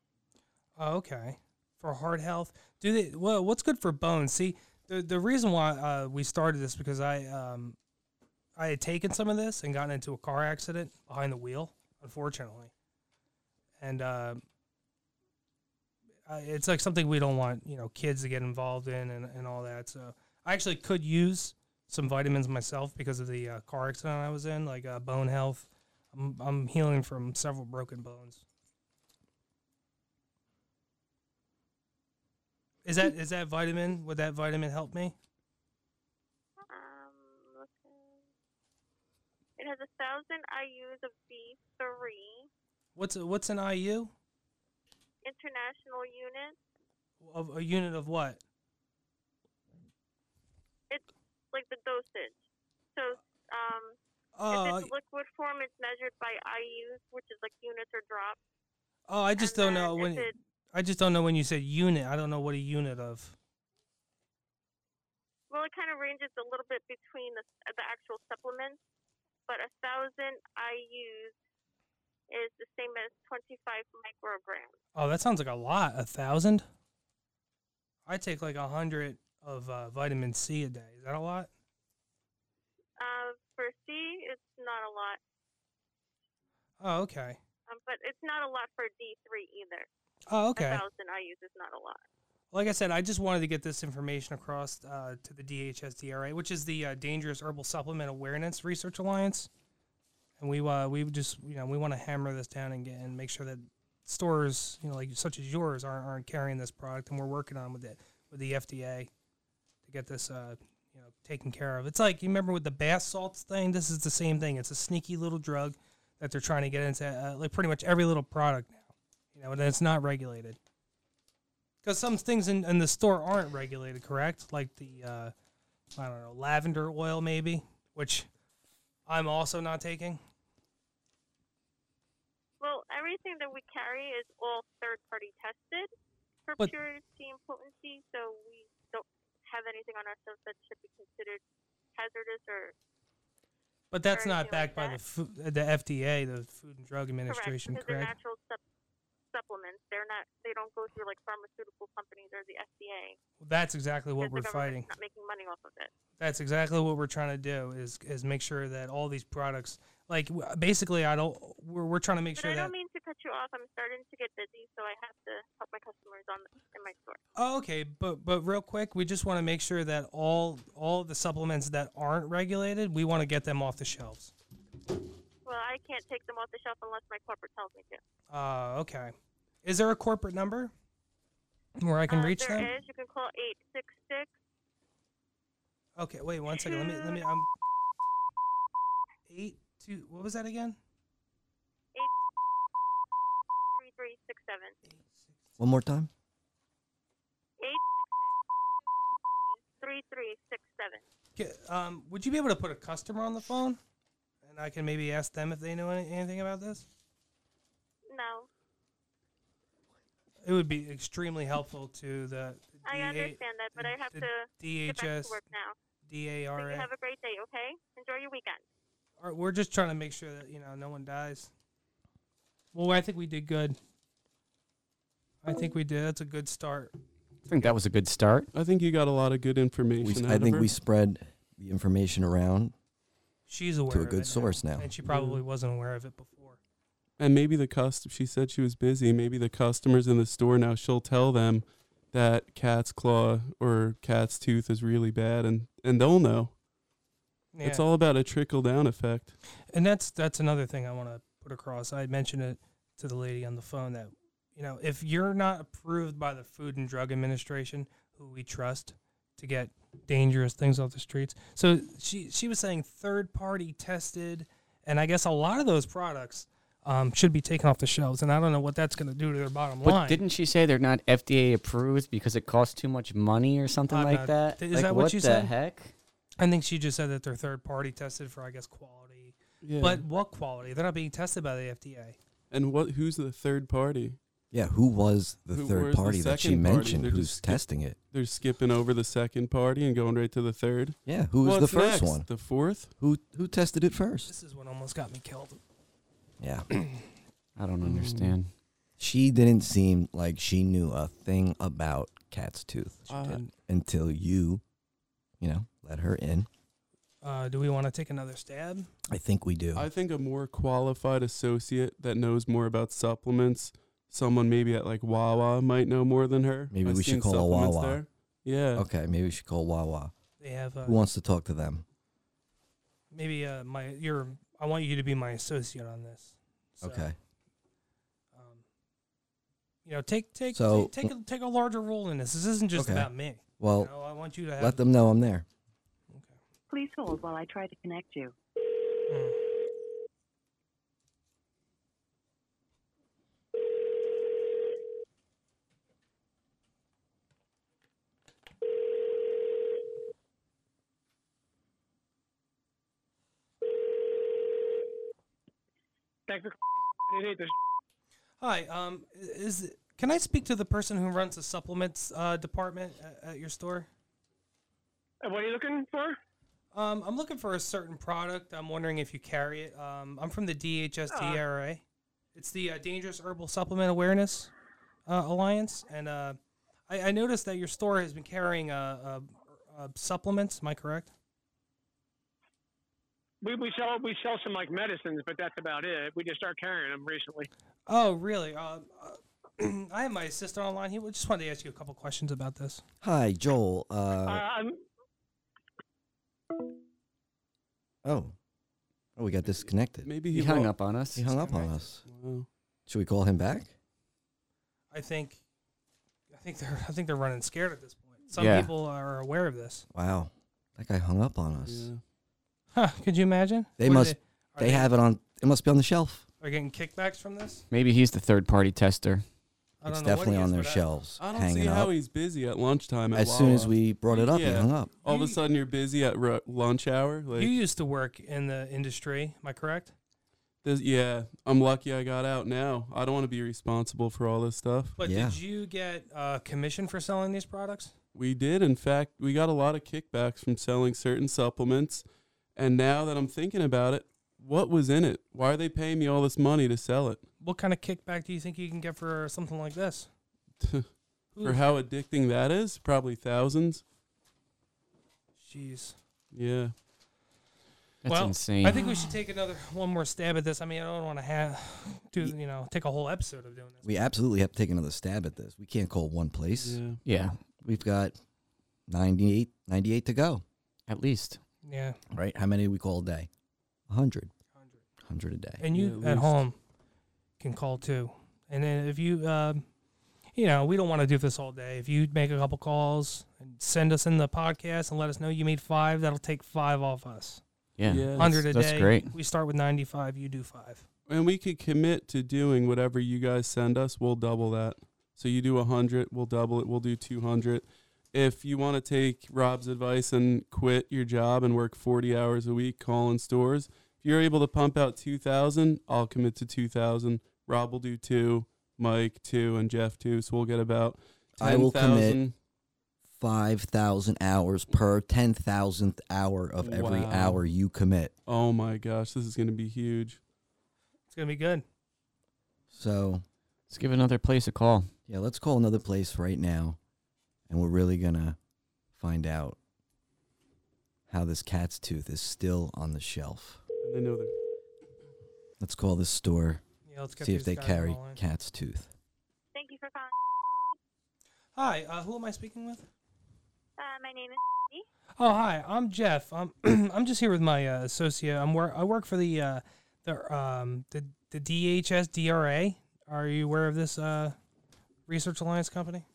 [SPEAKER 4] Oh, okay. For heart health, do they? Well, what's good for bones? See, the the reason why uh, we started this because I um, I had taken some of this and gotten into a car accident behind the wheel, unfortunately, and uh, I, it's like something we don't want you know kids to get involved in and, and all that. So I actually could use some vitamins myself because of the uh, car accident I was in, like uh, bone health. I'm, I'm healing from several broken bones. Is that is that vitamin? Would that vitamin help me?
[SPEAKER 5] Um, looking. It has a thousand IU's of B three
[SPEAKER 4] What's a, what's an IU?
[SPEAKER 5] international units.
[SPEAKER 4] Of a unit of what?
[SPEAKER 5] It's like the dosage. So um,
[SPEAKER 4] Oh,
[SPEAKER 5] if it's liquid form, it's measured by IU's, which is like units or drops.
[SPEAKER 4] oh, I just don't
[SPEAKER 5] And
[SPEAKER 4] know
[SPEAKER 5] then
[SPEAKER 4] when.
[SPEAKER 5] if it's
[SPEAKER 4] I just don't know when you said unit. I don't know what a unit of.
[SPEAKER 5] Well, it kind of ranges a little bit between the, the actual supplements, but a thousand IU's is the same as 25 micrograms.
[SPEAKER 4] Oh, that sounds like a lot. A thousand. I take like a hundred of uh, vitamin C a day. Is that a lot?
[SPEAKER 5] Uh, for C, it's not a lot,
[SPEAKER 4] Oh, okay.
[SPEAKER 5] um, but it's not a lot for D3 either.
[SPEAKER 4] Oh, okay.
[SPEAKER 5] A thousand IU's is not a lot.
[SPEAKER 4] Like I said, I just wanted to get this information across uh, to the DHSDRA, which is the uh, Dangerous Herbal Supplement Awareness Research Alliance, and we uh, we just you know we want to hammer this down and get and make sure that stores you know like such as yours aren't, aren't carrying this product, and we're working on with it with the FDA to get this uh, you know taken care of. It's like you remember with the bath salts thing. This is the same thing. It's a sneaky little drug that they're trying to get into uh, like pretty much every little product now. You know, and it's not regulated. Because some things in, in the store aren't regulated, correct? Like the, uh, I don't know, lavender oil maybe, which I'm also not taking.
[SPEAKER 5] Well, everything that we carry is all third party tested for
[SPEAKER 4] But-
[SPEAKER 5] purity and potency, so we don't have anything on ourselves that should be considered hazardous or
[SPEAKER 4] But that's
[SPEAKER 5] Or
[SPEAKER 4] not
[SPEAKER 5] anything
[SPEAKER 4] backed
[SPEAKER 5] like
[SPEAKER 4] by the
[SPEAKER 5] that.
[SPEAKER 4] food, uh, the FDA, the Food and Drug
[SPEAKER 5] Correct,
[SPEAKER 4] Administration,
[SPEAKER 5] because they're
[SPEAKER 4] correct?
[SPEAKER 5] natural sup- supplements. They're not. They don't go through like pharmaceutical companies or the FDA.
[SPEAKER 4] That's exactly what
[SPEAKER 5] because
[SPEAKER 4] we're
[SPEAKER 5] the
[SPEAKER 4] fighting.
[SPEAKER 5] government's Not making money off of it.
[SPEAKER 4] That's exactly what we're trying to do is is make sure that all these products, like w- basically, I don't. We're, we're trying to make
[SPEAKER 5] But
[SPEAKER 4] sure
[SPEAKER 5] I
[SPEAKER 4] that.
[SPEAKER 5] don't mean to cut you off. I'm starting to get busy, so I have to help my customers on the, in my store.
[SPEAKER 4] Oh, okay, but but real quick, we just want to make sure that all all the supplements that aren't regulated, we want to get them off the shelves.
[SPEAKER 5] Well, I can't take them off the shelf unless my corporate tells me to.
[SPEAKER 4] Uh, okay. Is there a corporate number where I can
[SPEAKER 5] Uh,
[SPEAKER 4] reach
[SPEAKER 5] there
[SPEAKER 4] them?
[SPEAKER 5] is. You can call eight six six.
[SPEAKER 4] Okay, wait one second. Let me let me. I'm eight two. What was that again?
[SPEAKER 5] 3367.
[SPEAKER 2] One more time.
[SPEAKER 5] 3367.
[SPEAKER 4] K- Um, would you be able to put a customer on the phone, and I can maybe ask them if they know any, anything about this?
[SPEAKER 5] No,
[SPEAKER 4] It would be extremely helpful to the.
[SPEAKER 5] I
[SPEAKER 4] DA
[SPEAKER 5] understand that, but I have
[SPEAKER 4] the
[SPEAKER 5] to get back
[SPEAKER 4] DHS
[SPEAKER 5] to work now. So you
[SPEAKER 4] DARA.
[SPEAKER 5] have a great day, okay? Enjoy your weekend.
[SPEAKER 4] All right, we're just trying to make sure that you know no one dies. Well, I think we did good. I think we did. That's a good start.
[SPEAKER 3] I think that was a good start.
[SPEAKER 1] I think you got a lot of good information.
[SPEAKER 2] We,
[SPEAKER 1] out
[SPEAKER 2] I
[SPEAKER 1] of
[SPEAKER 2] think
[SPEAKER 1] her.
[SPEAKER 2] we spread the information around
[SPEAKER 4] She's aware
[SPEAKER 2] to a
[SPEAKER 4] of it now,
[SPEAKER 2] good source now.
[SPEAKER 4] and she probably wasn't aware of it before.
[SPEAKER 1] and maybe the cust. She said she was busy. Maybe the customers in the store now. She'll tell them that cat's claw or cat's tooth is really bad, and and they'll know.
[SPEAKER 4] Yeah.
[SPEAKER 1] It's all about a trickle down effect.
[SPEAKER 4] and that's that's another thing I want to put across. I mentioned it to the lady on the phone that you know if you're not approved by the Food and Drug Administration, who we trust to get dangerous things off the streets, so she she was saying third party tested, and I guess a lot of those products um, should be taken off the shelves, and I don't know what that's going to do to their bottom
[SPEAKER 3] But
[SPEAKER 4] line.
[SPEAKER 3] didn't she say they're not FDA approved because it costs too much money or something
[SPEAKER 4] I'm
[SPEAKER 3] like
[SPEAKER 4] not-
[SPEAKER 3] that?
[SPEAKER 4] Is
[SPEAKER 3] Like,
[SPEAKER 4] that what you said?
[SPEAKER 3] the heck?
[SPEAKER 4] I think she just said that they're third party tested for I guess quality,
[SPEAKER 1] Yeah.
[SPEAKER 4] but what quality? They're not being tested by the FDA.
[SPEAKER 1] and what? Who's the third party?
[SPEAKER 2] Yeah, who was the
[SPEAKER 1] Who
[SPEAKER 2] third
[SPEAKER 1] was the
[SPEAKER 2] party that she
[SPEAKER 1] second party?
[SPEAKER 2] mentioned
[SPEAKER 1] They're
[SPEAKER 2] who's
[SPEAKER 1] just-
[SPEAKER 2] testing it?
[SPEAKER 1] They're skipping over the second party and going right to the third.
[SPEAKER 2] Yeah, who was the
[SPEAKER 1] What's
[SPEAKER 2] first
[SPEAKER 1] next?
[SPEAKER 2] one?
[SPEAKER 1] The fourth?
[SPEAKER 2] Who who tested it first?
[SPEAKER 4] This is what almost got me killed.
[SPEAKER 2] Yeah.
[SPEAKER 3] I
[SPEAKER 4] Hmm.
[SPEAKER 3] don't
[SPEAKER 1] Mm.
[SPEAKER 3] understand.
[SPEAKER 2] She didn't seem like she knew a thing about Cat's Tooth
[SPEAKER 1] Uh,
[SPEAKER 2] until you, you know, let her in.
[SPEAKER 4] Uh, do we want to take another stab?
[SPEAKER 2] I think we do.
[SPEAKER 1] I think a more qualified associate that knows more about supplements, someone maybe at like Wawa might know more than her.
[SPEAKER 2] Maybe
[SPEAKER 1] I've
[SPEAKER 2] we should
[SPEAKER 1] seen
[SPEAKER 2] call a
[SPEAKER 1] supplements
[SPEAKER 2] Wawa.
[SPEAKER 1] there. Yeah.
[SPEAKER 2] okay, maybe we should call Wawa.
[SPEAKER 4] They have uh,
[SPEAKER 2] Who wants to talk to them?
[SPEAKER 4] maybe uh, my your. I want you to be my associate on this. So,
[SPEAKER 2] Okay.
[SPEAKER 4] Um, you know, take take
[SPEAKER 2] So-
[SPEAKER 4] take take a, take a larger role in this. This isn't just
[SPEAKER 2] Okay.
[SPEAKER 4] about me.
[SPEAKER 2] Well,
[SPEAKER 4] you know, I want you to have.
[SPEAKER 2] let them know I'm there.
[SPEAKER 6] Please hold while I try to connect you.
[SPEAKER 4] Mm. Hi. Um. Is can I speak to the person who runs the supplements uh, department at, at your store?
[SPEAKER 7] What are you looking for?
[SPEAKER 4] Um, I'm looking for a certain product. I'm wondering if you carry it. Um, I'm from the DHSDRA. E It's the uh, Dangerous Herbal Supplement Awareness uh, Alliance, and uh, I, I noticed that your store has been carrying uh, uh, uh, supplements. Am I correct?
[SPEAKER 7] We, we sell we sell some like medicines, but that's about it. We just start carrying them recently.
[SPEAKER 4] Oh, really? Uh, uh, I have my assistant online. He just wanted to ask you a couple questions about this.
[SPEAKER 2] Hi, Joel. Uh,
[SPEAKER 7] Uh, I'm,
[SPEAKER 2] oh. Oh, we got disconnected.
[SPEAKER 1] Maybe
[SPEAKER 3] He,
[SPEAKER 1] he,
[SPEAKER 3] hung
[SPEAKER 1] wa-
[SPEAKER 3] up on us.
[SPEAKER 2] He hung up on
[SPEAKER 4] Alright.
[SPEAKER 2] us.
[SPEAKER 1] Wow.
[SPEAKER 2] Should we call him back?
[SPEAKER 4] I think, I think they're, I think they're running scared at this point. Some
[SPEAKER 3] Yeah.
[SPEAKER 4] people are aware of this.
[SPEAKER 2] Wow. That guy hung up on us.
[SPEAKER 1] Yeah.
[SPEAKER 4] Huh? Could you imagine?
[SPEAKER 2] They
[SPEAKER 4] What do
[SPEAKER 2] must-
[SPEAKER 4] are
[SPEAKER 2] They have it on. It must be on the shelf.
[SPEAKER 4] Are getting kickbacks from this?
[SPEAKER 3] Maybe he's the third party tester.
[SPEAKER 4] I
[SPEAKER 2] it's
[SPEAKER 4] don't know what
[SPEAKER 2] definitely
[SPEAKER 4] he
[SPEAKER 2] on
[SPEAKER 4] is,
[SPEAKER 2] their
[SPEAKER 4] but I-
[SPEAKER 2] shelves,
[SPEAKER 1] I don't
[SPEAKER 2] hanging
[SPEAKER 1] see
[SPEAKER 2] up.
[SPEAKER 1] how he's busy at lunchtime. At
[SPEAKER 2] as soon as
[SPEAKER 1] Wawa.
[SPEAKER 2] we brought it up, he
[SPEAKER 1] Yeah.
[SPEAKER 2] hung up.
[SPEAKER 1] all of a
[SPEAKER 4] You-
[SPEAKER 1] sudden you're busy at r- lunch hour, like
[SPEAKER 4] you used to work in the industry, am I correct?
[SPEAKER 1] this, yeah, I'm lucky I got out now. I don't want to be responsible for all this stuff.
[SPEAKER 4] But
[SPEAKER 2] Yeah.
[SPEAKER 4] did you get uh, commission for selling these products?
[SPEAKER 1] We did, in fact, we got a lot of kickbacks from selling certain supplements. And now that I'm thinking about it, what was in it? Why are they paying me all this money to sell it?
[SPEAKER 4] What kind of kickback do you think you can get for something like this?
[SPEAKER 1] for how addicting that is? Probably thousands.
[SPEAKER 4] Jeez.
[SPEAKER 1] Yeah.
[SPEAKER 3] That's
[SPEAKER 4] Well,
[SPEAKER 1] Mm.
[SPEAKER 3] insane.
[SPEAKER 4] I think we should take another one more stab at this. I mean, I don't want to have do you know take a whole episode of doing this.
[SPEAKER 2] We absolutely have to take another stab at this. We can't call one place.
[SPEAKER 1] Yeah.
[SPEAKER 3] yeah,
[SPEAKER 2] We've got 98, 98 to go.
[SPEAKER 3] at least.
[SPEAKER 4] Yeah.
[SPEAKER 2] Right? How many do we call a day? 100. 100 a day.
[SPEAKER 4] And you
[SPEAKER 1] Yeah, at
[SPEAKER 4] at
[SPEAKER 1] least.
[SPEAKER 4] home can call too. And then if you, um, you know, we don't want to do this all day. If you make a couple calls and send us in the podcast and let us know you made five, that'll take five off us.
[SPEAKER 3] Yeah.
[SPEAKER 1] Yeah.
[SPEAKER 4] Hundred a
[SPEAKER 3] that's
[SPEAKER 4] day.
[SPEAKER 3] great.
[SPEAKER 4] We start with ninety-five. You do five.
[SPEAKER 1] And we could commit to doing whatever you guys send us. We'll double that. So you do 100, we'll double it. We'll do 200. If you want to take Rob's advice and quit your job and work 40 hours a week calling stores, if you're able to pump out 2,000, I'll commit to 2,000. Rob will do two, Mike two, and Jeff two. So we'll get about
[SPEAKER 2] I will commit
[SPEAKER 1] 10,000.
[SPEAKER 2] 5,000 hours per 10,000th hour of every
[SPEAKER 1] Wow.
[SPEAKER 2] hour you commit.
[SPEAKER 1] Oh my gosh, this is going to be huge.
[SPEAKER 4] It's gonna be good.
[SPEAKER 2] So,
[SPEAKER 3] Let's give another place a call.
[SPEAKER 2] yeah, let's call another place right now. And we're really going to find out how this cat's tooth is still on the shelf.
[SPEAKER 1] And they know that.
[SPEAKER 2] Let's call this store,
[SPEAKER 4] Yeah, let's get
[SPEAKER 2] see if
[SPEAKER 4] these
[SPEAKER 2] they
[SPEAKER 4] guys
[SPEAKER 2] carry
[SPEAKER 4] on the line.
[SPEAKER 2] cat's tooth.
[SPEAKER 5] Thank you for calling.
[SPEAKER 4] Hi, uh, who am I speaking with?
[SPEAKER 5] Uh, my name is.
[SPEAKER 4] Oh, hi. I'm Jeff. I'm I'm just here with my uh, associate. I'm work I work for the uh, the um the the DHS DRA. Are you aware of this uh, research alliance company?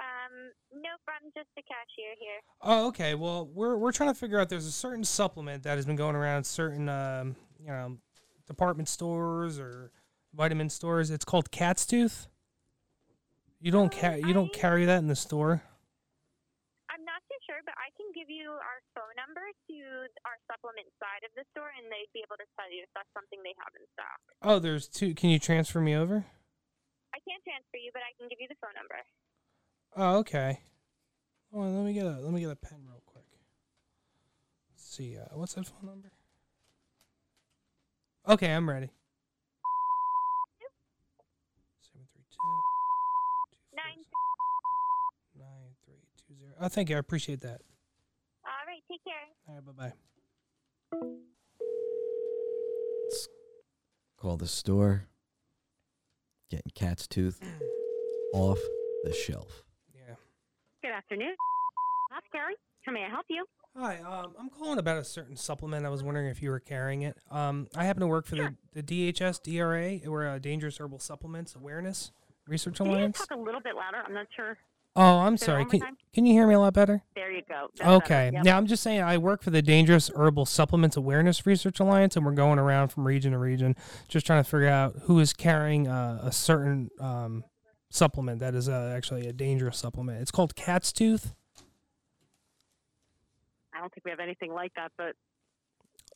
[SPEAKER 5] Um, nope, I'm just a cashier here.
[SPEAKER 4] Oh, okay. Well, we're we're trying to figure out. There's a certain supplement that has been going around certain um, you know department stores or vitamin stores. It's called Cat's Tooth. You don't ca- you don't
[SPEAKER 5] I-
[SPEAKER 4] carry that in the store.
[SPEAKER 5] I'm not too sure, but I can give you our phone number to our supplement side of the store, and they'd be able to tell you if that's something they have in stock.
[SPEAKER 4] Oh, there's two. Can you transfer me over?
[SPEAKER 5] I
[SPEAKER 8] for you, but I can give you the phone number.
[SPEAKER 4] Oh, okay. Hold on, let me get a let me get a pen real quick. Let's see, uh, what's that phone number? Okay, I'm ready. Seven three two.
[SPEAKER 8] Nine.
[SPEAKER 4] Nine three two zero. Oh, thank you. I appreciate that.
[SPEAKER 8] All right, take care.
[SPEAKER 4] All right, bye bye.
[SPEAKER 2] Call the store. Getting cat's tooth
[SPEAKER 4] Mm.
[SPEAKER 2] off the shelf.
[SPEAKER 4] Yeah.
[SPEAKER 5] Good afternoon. How's Kelly? How may I help you?
[SPEAKER 4] Hi, um, I'm calling about a certain supplement. I was wondering if you were carrying it. Um, I happen to work for the, the DHS DRA, or uh, Dangerous Herbal Supplements Awareness Research
[SPEAKER 5] Can you
[SPEAKER 4] Alliance.
[SPEAKER 5] just talk a little bit louder? I'm not sure.
[SPEAKER 4] Oh, I'm
[SPEAKER 5] Say it
[SPEAKER 4] sorry.
[SPEAKER 5] one more
[SPEAKER 4] Can,
[SPEAKER 5] time.
[SPEAKER 4] can you hear me a lot better?
[SPEAKER 5] There you go. That's
[SPEAKER 4] Okay.
[SPEAKER 5] better. Yep.
[SPEAKER 4] Yeah, I'm just saying I work for the Dangerous Herbal Supplements Awareness Research Alliance, and we're going around from region to region just trying to figure out who is carrying uh, a certain um, supplement that is uh, actually a dangerous supplement. It's called cat's tooth.
[SPEAKER 5] I don't think we have anything like that, but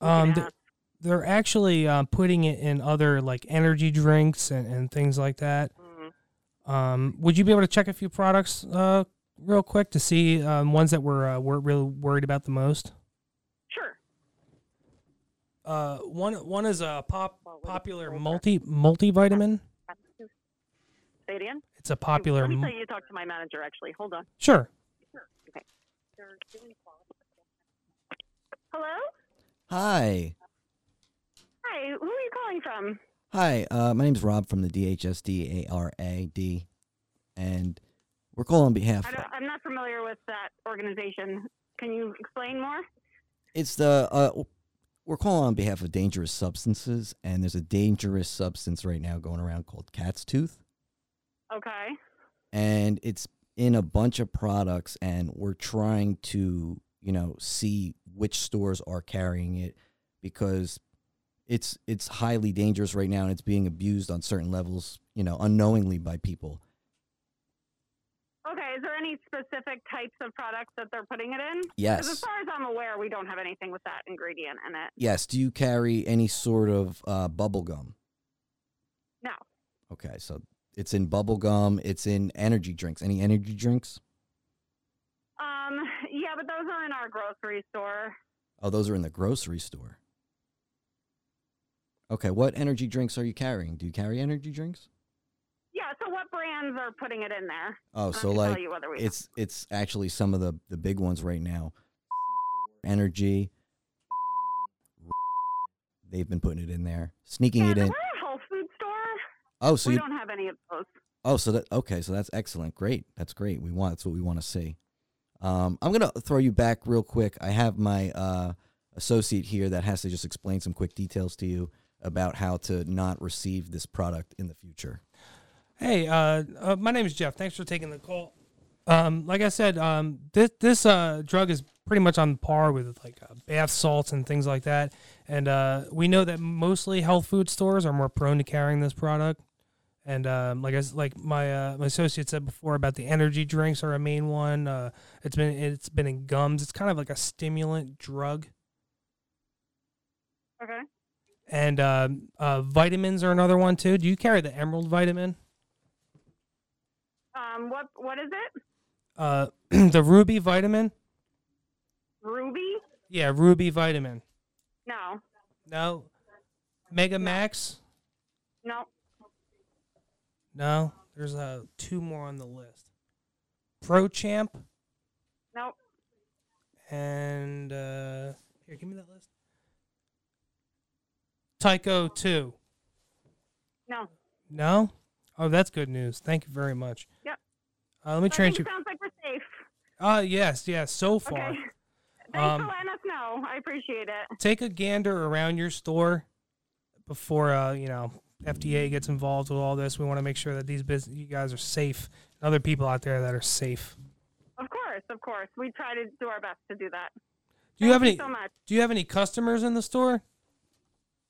[SPEAKER 5] we can
[SPEAKER 4] Um, th-
[SPEAKER 5] ask.
[SPEAKER 4] they're actually uh, putting it in other like energy drinks and, and things like that.
[SPEAKER 5] Mm.
[SPEAKER 4] Um, would you be able to check a few products uh, real quick to see um, ones that we're, uh, we're really worried about the most?
[SPEAKER 5] sure.
[SPEAKER 4] Uh, one one is a pop
[SPEAKER 5] Well, what is
[SPEAKER 4] popular
[SPEAKER 5] Prozac?
[SPEAKER 4] multi multivitamin.
[SPEAKER 5] Say it again.
[SPEAKER 4] It's a popular.
[SPEAKER 5] Let me
[SPEAKER 4] mu-
[SPEAKER 5] tell you, to talk to my manager. Actually, hold on.
[SPEAKER 4] Sure.
[SPEAKER 5] Hello.
[SPEAKER 2] Hi.
[SPEAKER 5] Hi. Who are you calling from?
[SPEAKER 2] Hi. Uh, my name's Rob from the DHSDARAD. And we're calling on behalf
[SPEAKER 5] I don't, I'm not familiar with that organization. Can you explain more?
[SPEAKER 2] It's the uh, we're calling on behalf of dangerous substances, and there's a dangerous substance right now going around called cat's tooth,
[SPEAKER 5] Okay.
[SPEAKER 2] and it's in a bunch of products, and we're trying to you know see which stores are carrying it because it's it's highly dangerous right now, and it's being abused on certain levels, you know, unknowingly by people.
[SPEAKER 5] Okay. Is there any specific types of products that they're putting it in? 'Cause as
[SPEAKER 2] Yes.
[SPEAKER 5] far as I'm aware, we don't have anything with that ingredient in it.
[SPEAKER 2] Yes. Do you carry any sort of uh, bubble gum?
[SPEAKER 5] No.
[SPEAKER 2] Okay, so it's in bubble gum. It's in energy drinks. Any energy drinks?
[SPEAKER 5] Um. Yeah, but those are in our grocery store.
[SPEAKER 2] Oh, those are in the grocery store. Okay, what energy drinks are you carrying? Do you carry energy drinks?
[SPEAKER 5] Yeah. So what brands are putting it in there?
[SPEAKER 2] Oh,
[SPEAKER 5] And I
[SPEAKER 2] so
[SPEAKER 5] can
[SPEAKER 2] like
[SPEAKER 5] tell you whether we
[SPEAKER 2] it's it's actually some of the the big ones right now. Energy. They've been putting it in there, sneaking
[SPEAKER 5] yeah,
[SPEAKER 2] it in.
[SPEAKER 5] We're a Whole Food store.
[SPEAKER 2] Oh, so
[SPEAKER 5] we
[SPEAKER 2] you
[SPEAKER 5] don't have any of those.
[SPEAKER 2] Oh, so that okay, so that's excellent. Great. That's great. We want that's what we want to see. Um, I'm gonna throw you back real quick. I have my uh, associate here that has to just explain some quick details to you about how to not receive this product in the future.
[SPEAKER 4] Hey, uh, uh, my name is Jeff. Thanks for taking the call. Um, like I said, um, this this uh, drug is pretty much on par with like uh, bath salts and things like that. And uh, we know that mostly health food stores are more prone to carrying this product. And um, like I s- like my uh, my associate said before about the energy drinks are a main one. Uh, it's been it's been in gums. It's kind of like a stimulant drug.
[SPEAKER 5] Okay.
[SPEAKER 4] And um uh, vitamins are another one too. Do you carry the emerald vitamin?
[SPEAKER 5] Um. What What is it?
[SPEAKER 4] Uh, the ruby vitamin.
[SPEAKER 5] Ruby?
[SPEAKER 4] Yeah, Ruby Vitamin.
[SPEAKER 5] No.
[SPEAKER 4] No. Mega Max?
[SPEAKER 5] No.
[SPEAKER 4] No. There's uh, two more on the list. Pro Champ
[SPEAKER 5] No.
[SPEAKER 4] and uh, here, give me that list. Tyco 2.
[SPEAKER 5] No.
[SPEAKER 4] No? Oh, that's good news. Thank you very much.
[SPEAKER 5] Yep.
[SPEAKER 4] Uh, let me
[SPEAKER 5] I
[SPEAKER 4] change you.
[SPEAKER 5] think it sounds like we're safe.
[SPEAKER 4] Ah, yes, yes, so far.
[SPEAKER 5] Okay. Thanks
[SPEAKER 4] Um,
[SPEAKER 5] for letting us know. I appreciate it.
[SPEAKER 4] Take a gander around your store before uh, you know, FDA gets involved with all this. We want to make sure that these business you guys are safe and other people out there that are safe.
[SPEAKER 5] Of course, of course. We try to do our best to do that.
[SPEAKER 4] Do you have
[SPEAKER 5] Thank
[SPEAKER 4] any
[SPEAKER 5] you so much.
[SPEAKER 4] Do you have any customers in the store?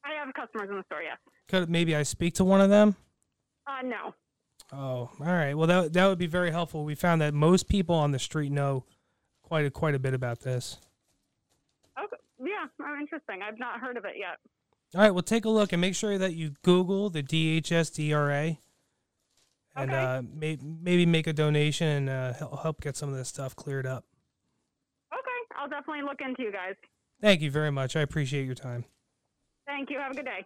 [SPEAKER 5] I have customers in the store, yes.
[SPEAKER 4] Could maybe I speak to one of them?
[SPEAKER 5] Uh, no.
[SPEAKER 4] Oh, all right. Well, that that would be very helpful. We found that most people on the street know quite a, quite a bit about this.
[SPEAKER 5] Okay. Yeah, oh, interesting. I've not heard of it yet.
[SPEAKER 4] All right, well, take a look and make sure that you Google the DHS DRA and
[SPEAKER 5] Okay.
[SPEAKER 4] uh, may, maybe make a donation and uh, hel- help get some of this stuff cleared up.
[SPEAKER 6] Okay, I'll definitely look into you guys.
[SPEAKER 4] Thank you very much. I appreciate your time.
[SPEAKER 6] Thank you. Have a good day.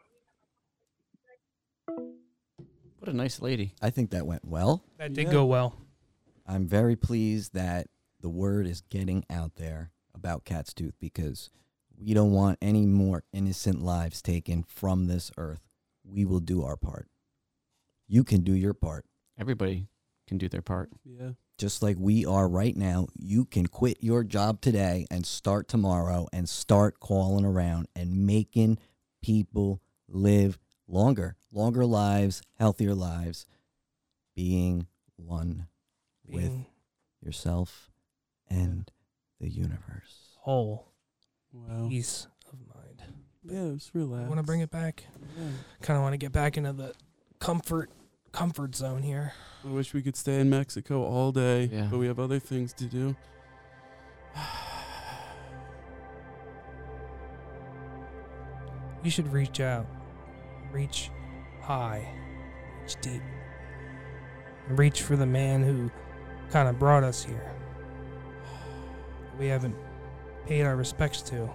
[SPEAKER 3] What a nice lady.
[SPEAKER 2] I think that went well.
[SPEAKER 4] That did
[SPEAKER 1] Yeah.
[SPEAKER 4] go well.
[SPEAKER 2] I'm very pleased that the word is getting out there about cat's tooth because we don't want any more innocent lives taken from this earth. We will do our part. You can do your part.
[SPEAKER 3] Everybody can do their part.
[SPEAKER 1] Yeah.
[SPEAKER 2] Just like we are right now, you can quit your job today and start tomorrow and start calling around and making people live longer, longer lives, healthier lives, being one with
[SPEAKER 4] Being
[SPEAKER 2] yourself and the universe.
[SPEAKER 4] whole
[SPEAKER 1] Wow.
[SPEAKER 4] peace of mind.
[SPEAKER 1] Yeah, just relax.
[SPEAKER 4] Want to bring it back?
[SPEAKER 1] Yeah.
[SPEAKER 4] Kind of want to get back into the comfort comfort zone here.
[SPEAKER 1] I wish we could stay in Mexico all day,
[SPEAKER 3] Yeah.
[SPEAKER 1] but we have other things to do.
[SPEAKER 4] You should reach out, reach high, reach deep, and reach for the man who kind of brought us here. We haven't paid our respects to.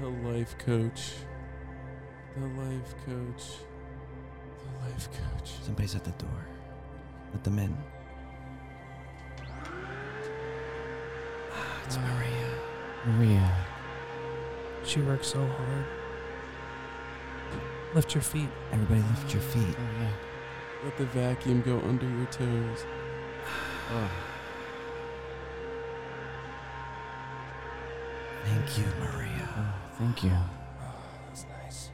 [SPEAKER 1] The life coach. The life coach. The life coach.
[SPEAKER 2] Somebody's at the door. Let them in. Ah, it's Maria.
[SPEAKER 3] Maria.
[SPEAKER 4] She worked so hard. Lift your feet.
[SPEAKER 2] Everybody lift your feet.
[SPEAKER 3] Oh, yeah.
[SPEAKER 1] Let the vacuum go under your toes.
[SPEAKER 3] Oh,
[SPEAKER 2] Thank you, Maria.
[SPEAKER 3] oh, thank you.
[SPEAKER 4] That's nice.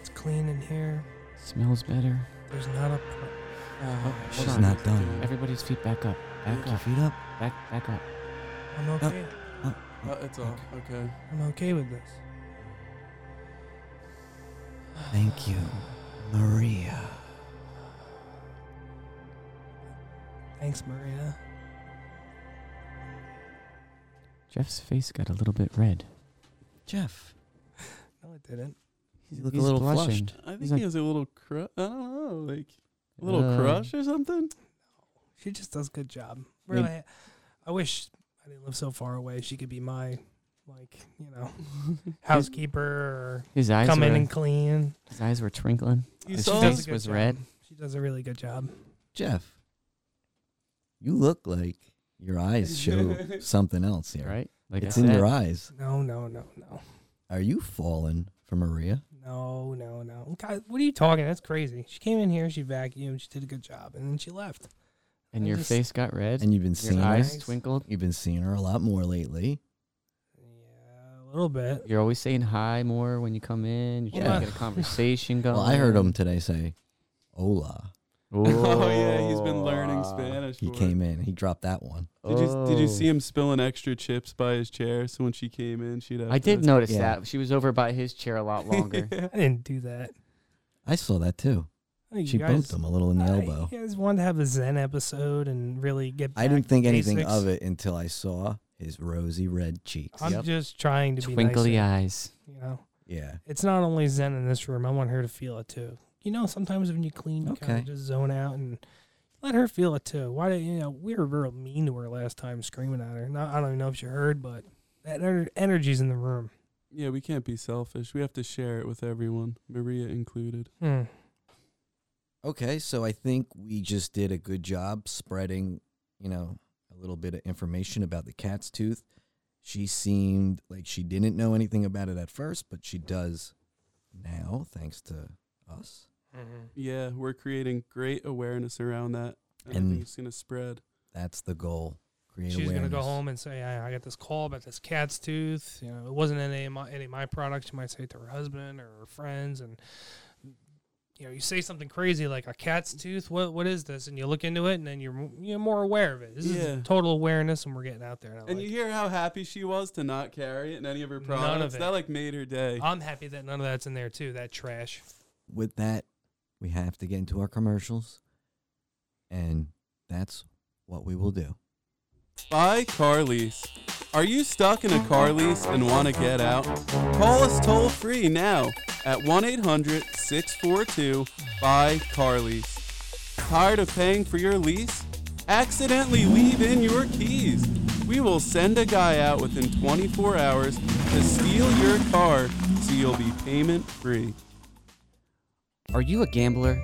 [SPEAKER 4] It's clean in here.
[SPEAKER 3] Smells better.
[SPEAKER 4] There's not a. Pr-
[SPEAKER 3] Uh-huh.
[SPEAKER 1] Ah,
[SPEAKER 2] she's
[SPEAKER 1] what
[SPEAKER 2] not
[SPEAKER 1] is
[SPEAKER 2] done.
[SPEAKER 1] doing?
[SPEAKER 3] Everybody's feet back up. Back
[SPEAKER 2] Lift your
[SPEAKER 3] up.
[SPEAKER 2] feet up.
[SPEAKER 3] Back back up.
[SPEAKER 4] I'm okay.
[SPEAKER 1] Uh, it's all okay.
[SPEAKER 4] I'm okay with this.
[SPEAKER 2] Thank you, Maria.
[SPEAKER 4] Thanks, Marina.
[SPEAKER 3] Jeff's face got a little bit red.
[SPEAKER 2] Jeff,
[SPEAKER 4] No, it didn't.
[SPEAKER 2] you look
[SPEAKER 3] He's
[SPEAKER 2] a little
[SPEAKER 3] blushing.
[SPEAKER 2] flushed.
[SPEAKER 1] I think
[SPEAKER 3] He's like-
[SPEAKER 1] he has a little crush. I don't know, like a little
[SPEAKER 3] Uh,
[SPEAKER 1] crush or something.
[SPEAKER 4] She just does a good job.
[SPEAKER 3] Maybe-
[SPEAKER 4] Really, I wish I didn't live so far away. She could be my, like, you know, housekeeper or
[SPEAKER 3] His eyes
[SPEAKER 4] come
[SPEAKER 3] were,
[SPEAKER 4] in and clean.
[SPEAKER 3] his eyes were twinkling.
[SPEAKER 1] You
[SPEAKER 3] His
[SPEAKER 1] saw
[SPEAKER 4] does a
[SPEAKER 3] face
[SPEAKER 4] good
[SPEAKER 3] was
[SPEAKER 4] job.
[SPEAKER 3] red.
[SPEAKER 4] She does a really good job.
[SPEAKER 2] Jeff, you look like your eyes show something else here.
[SPEAKER 3] Right? Like
[SPEAKER 2] it's
[SPEAKER 3] I
[SPEAKER 2] in
[SPEAKER 3] said,
[SPEAKER 2] your eyes.
[SPEAKER 4] No, no, no, no,
[SPEAKER 2] Are you falling for Maria?
[SPEAKER 4] no, no, no. God, what are you talking? That's crazy. She came in here. She vacuumed. She did a good job, and then she left.
[SPEAKER 3] And
[SPEAKER 4] I
[SPEAKER 3] your
[SPEAKER 4] just-
[SPEAKER 3] face got red.
[SPEAKER 2] And you've been
[SPEAKER 3] your
[SPEAKER 2] seeing her.
[SPEAKER 3] eyes
[SPEAKER 4] eyes.
[SPEAKER 3] twinkled.
[SPEAKER 2] You've been seeing her a lot more lately.
[SPEAKER 4] Yeah, a little bit.
[SPEAKER 3] You're always saying hi more when you come in. You're
[SPEAKER 2] Yeah.
[SPEAKER 3] trying to get a conversation going.
[SPEAKER 2] Well, I heard him today say, "Hola."
[SPEAKER 1] Oh yeah, he's been learning
[SPEAKER 3] Oh.
[SPEAKER 1] Spanish.
[SPEAKER 2] He
[SPEAKER 1] for it.
[SPEAKER 2] came in. He dropped that one.
[SPEAKER 1] Did you did you see
[SPEAKER 3] Oh.
[SPEAKER 1] him spilling extra chips by his chair? So when she came in, she'd have.
[SPEAKER 3] I
[SPEAKER 1] to-
[SPEAKER 3] did notice
[SPEAKER 2] Yeah.
[SPEAKER 3] that. She was over by his chair a lot longer.
[SPEAKER 1] Yeah.
[SPEAKER 4] I didn't do that.
[SPEAKER 2] I saw that too.
[SPEAKER 4] I think
[SPEAKER 2] She
[SPEAKER 4] you guys,
[SPEAKER 2] bumped him a little in the
[SPEAKER 4] Uh,
[SPEAKER 2] elbow.
[SPEAKER 4] You guys wanted to have a Zen episode and really get.
[SPEAKER 2] I didn't think anything of it until I saw his rosy red cheeks.
[SPEAKER 4] I'm
[SPEAKER 2] Yep.
[SPEAKER 4] just trying to
[SPEAKER 3] Twinkly
[SPEAKER 4] be nice.
[SPEAKER 3] eyes.
[SPEAKER 4] and, You know,
[SPEAKER 2] Yeah.
[SPEAKER 4] it's not only Zen in this room. I want her to feel it too. You know, sometimes when you clean, you kind
[SPEAKER 2] Okay.
[SPEAKER 4] of just zone out and let her feel it too. Why do you know we were real mean to her last time, screaming at her. Now, I don't even know if you heard, but that ener- energy's in the room.
[SPEAKER 1] Yeah, we can't be selfish. We have to share it with everyone, Maria included.
[SPEAKER 4] Hmm.
[SPEAKER 2] Okay, so I think we just did a good job spreading, you know, a little bit of information about the cat's tooth. She seemed like she didn't know anything about it at first, but she does now, thanks to us.
[SPEAKER 1] Yeah, we're creating great awareness around that, and, I
[SPEAKER 2] And-
[SPEAKER 1] think it's gonna spread.
[SPEAKER 2] That's the goal. Create
[SPEAKER 4] She's gonna go
[SPEAKER 2] awareness.
[SPEAKER 4] home and say, I, "I got this call about this cat's tooth. You know, it wasn't any of my any of my products." She might say it to her husband or her friends, and you know, you say something crazy like a cat's tooth. What what is this? And you look into it, and then you're m- you're more aware of it. This
[SPEAKER 1] Yeah.
[SPEAKER 4] is total awareness, and we're getting out there. And I
[SPEAKER 1] And
[SPEAKER 4] like
[SPEAKER 1] you
[SPEAKER 4] it.
[SPEAKER 1] hear how happy she was to not carry it in any of her
[SPEAKER 4] None of
[SPEAKER 1] products.
[SPEAKER 4] it.
[SPEAKER 1] That like made her day.
[SPEAKER 4] I'm happy that none of that's in there too. That trash.
[SPEAKER 2] With that, we have to get into our commercials, and that's what we will do.
[SPEAKER 1] Bye, Carly's. Are you stuck in a car lease and want to get out? Call us toll free now at 1 800 642 BY CAR Lease. Tired of paying for your lease? Accidentally leave in your keys. We will send a guy out within 24 hours to steal your car so you'll be payment free.
[SPEAKER 3] Are you a gambler?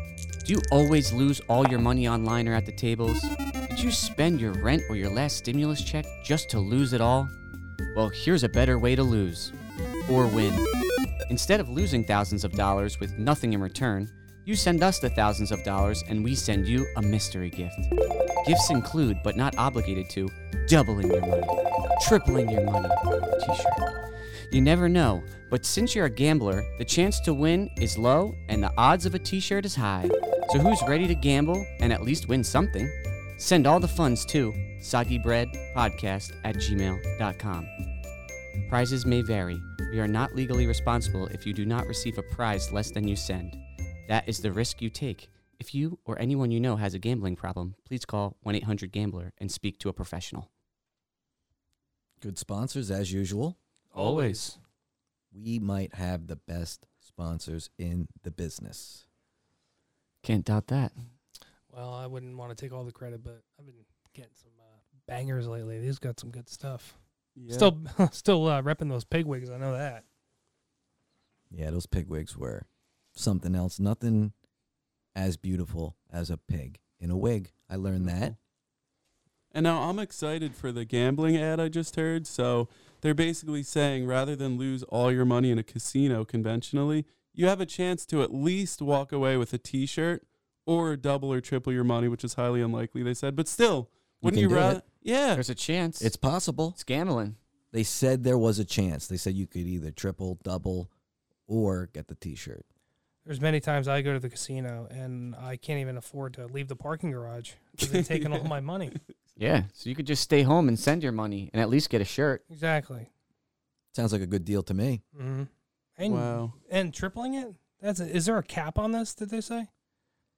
[SPEAKER 3] Do you always lose all your money online or at the tables? Did you spend your rent or your last stimulus check just to lose it all? Well, here's a better way to lose or win. Instead of losing thousands of dollars with nothing in return, you send us the thousands of dollars and we send you a mystery gift. Gifts include, but not obligated to, doubling your money, tripling your money. T shirt. You never know, but since you're a gambler, the chance to win is low and the odds of a t shirt is high. So who's ready to gamble and at least win something? Send all the funds to sogybreadpodcast at gmail.com. Prizes may vary. We are not legally responsible if you do not receive a prize less than you send. That is the risk you take. If you or anyone you know has a gambling problem, please call 1 800 Gambler and speak to a professional.
[SPEAKER 2] Good sponsors, as usual.
[SPEAKER 9] Always.
[SPEAKER 2] We might have the best sponsors in the business.
[SPEAKER 9] Can't doubt that.
[SPEAKER 4] Well, I wouldn't want to take all the credit, but I've been getting some uh, bangers lately. They've got some good stuff. Still, still uh, repping those pig wigs. I know that.
[SPEAKER 2] Yeah, those pig wigs were something else. Nothing as beautiful as a pig in a wig. I learned that.
[SPEAKER 1] And now I'm excited for the gambling ad I just heard. So they're basically saying rather than lose all your money in a casino conventionally, you have a chance to at least walk away with a t shirt or double or triple your money, which is highly unlikely, they said. But still,
[SPEAKER 2] You
[SPEAKER 1] wouldn't
[SPEAKER 2] can
[SPEAKER 1] you,
[SPEAKER 2] do
[SPEAKER 1] rather?
[SPEAKER 2] it.
[SPEAKER 1] Yeah.
[SPEAKER 3] There's a chance.
[SPEAKER 2] It's possible.
[SPEAKER 3] it's gambling.
[SPEAKER 2] They said there was a chance. They said you could either triple, double, or get the t shirt.
[SPEAKER 4] There's many times I go to the casino and I can't even afford to leave the parking garage because they've taken all my money.
[SPEAKER 3] Yeah. So you could just stay home and send your money and at least get a shirt.
[SPEAKER 4] Exactly.
[SPEAKER 2] Sounds like a good deal to me.
[SPEAKER 4] Mm-hmm. And
[SPEAKER 1] Wow.
[SPEAKER 4] and tripling it. That's a, is there a cap on this? Did they say?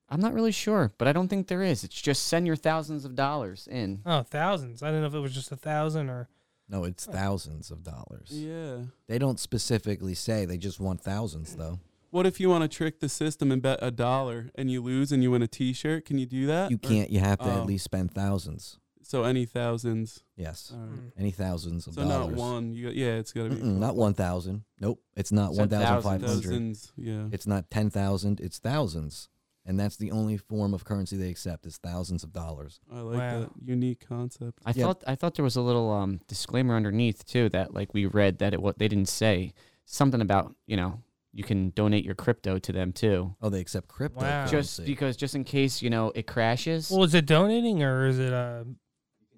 [SPEAKER 3] I'm not really sure, but I don't think there is. It's just send your thousands of dollars in.
[SPEAKER 4] Oh, thousands. I didn't know if it was just a thousand or
[SPEAKER 2] No, it's thousands of dollars.
[SPEAKER 1] Yeah.
[SPEAKER 2] They don't specifically say they just want thousands, though.
[SPEAKER 1] What if you want to trick the system and bet a dollar and you lose and you win a t shirt? Can you do that?
[SPEAKER 2] You
[SPEAKER 1] Or-
[SPEAKER 2] can't. You have to
[SPEAKER 1] Oh.
[SPEAKER 2] at least spend thousands.
[SPEAKER 1] So any thousands.
[SPEAKER 2] Yes,
[SPEAKER 1] All right.
[SPEAKER 3] Mm.
[SPEAKER 2] any thousands of
[SPEAKER 1] So
[SPEAKER 2] dollars.
[SPEAKER 1] not one. You got, yeah, it's got to be
[SPEAKER 2] Mm-mm, not one thousand. Nope, it's not
[SPEAKER 3] It's
[SPEAKER 2] one
[SPEAKER 3] not
[SPEAKER 2] thousand five
[SPEAKER 3] thousands.
[SPEAKER 2] hundred.
[SPEAKER 1] thousands. Yeah.
[SPEAKER 2] It's not ten thousand. It's thousands, and that's the only form of currency they accept is thousands of dollars.
[SPEAKER 1] I like
[SPEAKER 4] Wow.
[SPEAKER 1] that unique concept.
[SPEAKER 3] I
[SPEAKER 2] Yeah.
[SPEAKER 3] thought I thought there was a little um, disclaimer underneath too that like we read that it what they didn't say something about you know you can donate your crypto to them too.
[SPEAKER 2] Oh, they accept crypto.
[SPEAKER 4] Wow.
[SPEAKER 3] Just
[SPEAKER 2] currency.
[SPEAKER 3] because just in case you know it crashes. Well,
[SPEAKER 4] well, is it donating or is it uh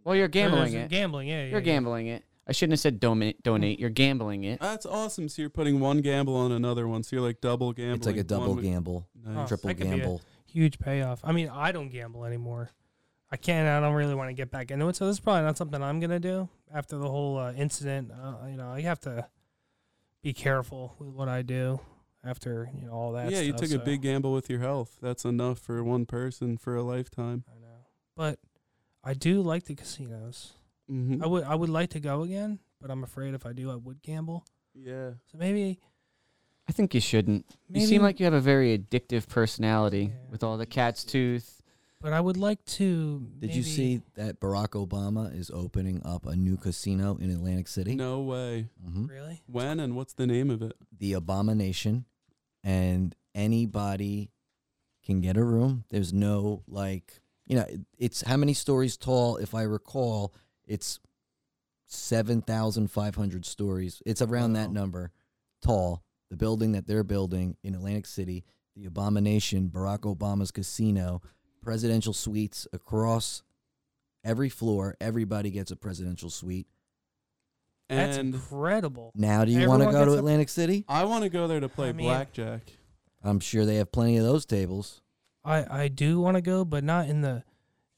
[SPEAKER 3] you're
[SPEAKER 4] or
[SPEAKER 3] gambling
[SPEAKER 4] is
[SPEAKER 3] it.
[SPEAKER 4] Gambling, yeah. yeah,
[SPEAKER 3] you're
[SPEAKER 4] yeah.
[SPEAKER 3] gambling it. I shouldn't have said donate. Donate. You're gambling it.
[SPEAKER 1] That's awesome. So you're putting one gamble on another one. So you're like double gambling.
[SPEAKER 2] it's like a double
[SPEAKER 1] one-
[SPEAKER 2] gamble,
[SPEAKER 1] Nice.
[SPEAKER 4] Oh.
[SPEAKER 2] triple
[SPEAKER 4] that could be a-
[SPEAKER 2] gamble.
[SPEAKER 4] Huge payoff. I mean, I don't gamble anymore. I can't. I don't really want to get back into it. So this is probably not something I'm gonna do after the whole uh, incident. Uh, you know, I have to be careful with what I do after you know all that.
[SPEAKER 1] yeah, you
[SPEAKER 4] stuff,
[SPEAKER 1] took
[SPEAKER 4] so-
[SPEAKER 1] a big gamble with your health. That's enough for one person for a lifetime.
[SPEAKER 4] I know, but I do like the casinos.
[SPEAKER 1] hmm
[SPEAKER 4] I would. I would like to go again, but I'm afraid if I do, I would gamble.
[SPEAKER 1] yeah.
[SPEAKER 4] So maybe.
[SPEAKER 3] I think you shouldn't.
[SPEAKER 4] maybe
[SPEAKER 3] You seem like you have a very addictive personality
[SPEAKER 4] Yeah.
[SPEAKER 3] with all the cat's tooth.
[SPEAKER 4] But I would like to.
[SPEAKER 2] Did you
[SPEAKER 4] maybe-
[SPEAKER 2] see that Barack Obama is opening up a new casino in Atlantic City?
[SPEAKER 1] No way.
[SPEAKER 2] hmm
[SPEAKER 4] Really?
[SPEAKER 1] When and what's the name of it?
[SPEAKER 2] the abomination and anybody can get a room there's no like you know it- it's how many stories tall if i recall it's 7500 stories it's around that
[SPEAKER 1] Wow.
[SPEAKER 2] number tall the building that they're building in atlantic city the abomination barack obama's casino presidential suites across every floor everybody gets a presidential suite
[SPEAKER 4] That's
[SPEAKER 1] And
[SPEAKER 4] incredible.
[SPEAKER 2] now do you want to
[SPEAKER 4] Everyone
[SPEAKER 2] go to
[SPEAKER 4] gets a-
[SPEAKER 2] atlantic city
[SPEAKER 1] I want to go there to play
[SPEAKER 4] I mean-
[SPEAKER 1] blackjack.
[SPEAKER 2] i'm sure they have plenty of those tables
[SPEAKER 4] I I do want to go, but not in the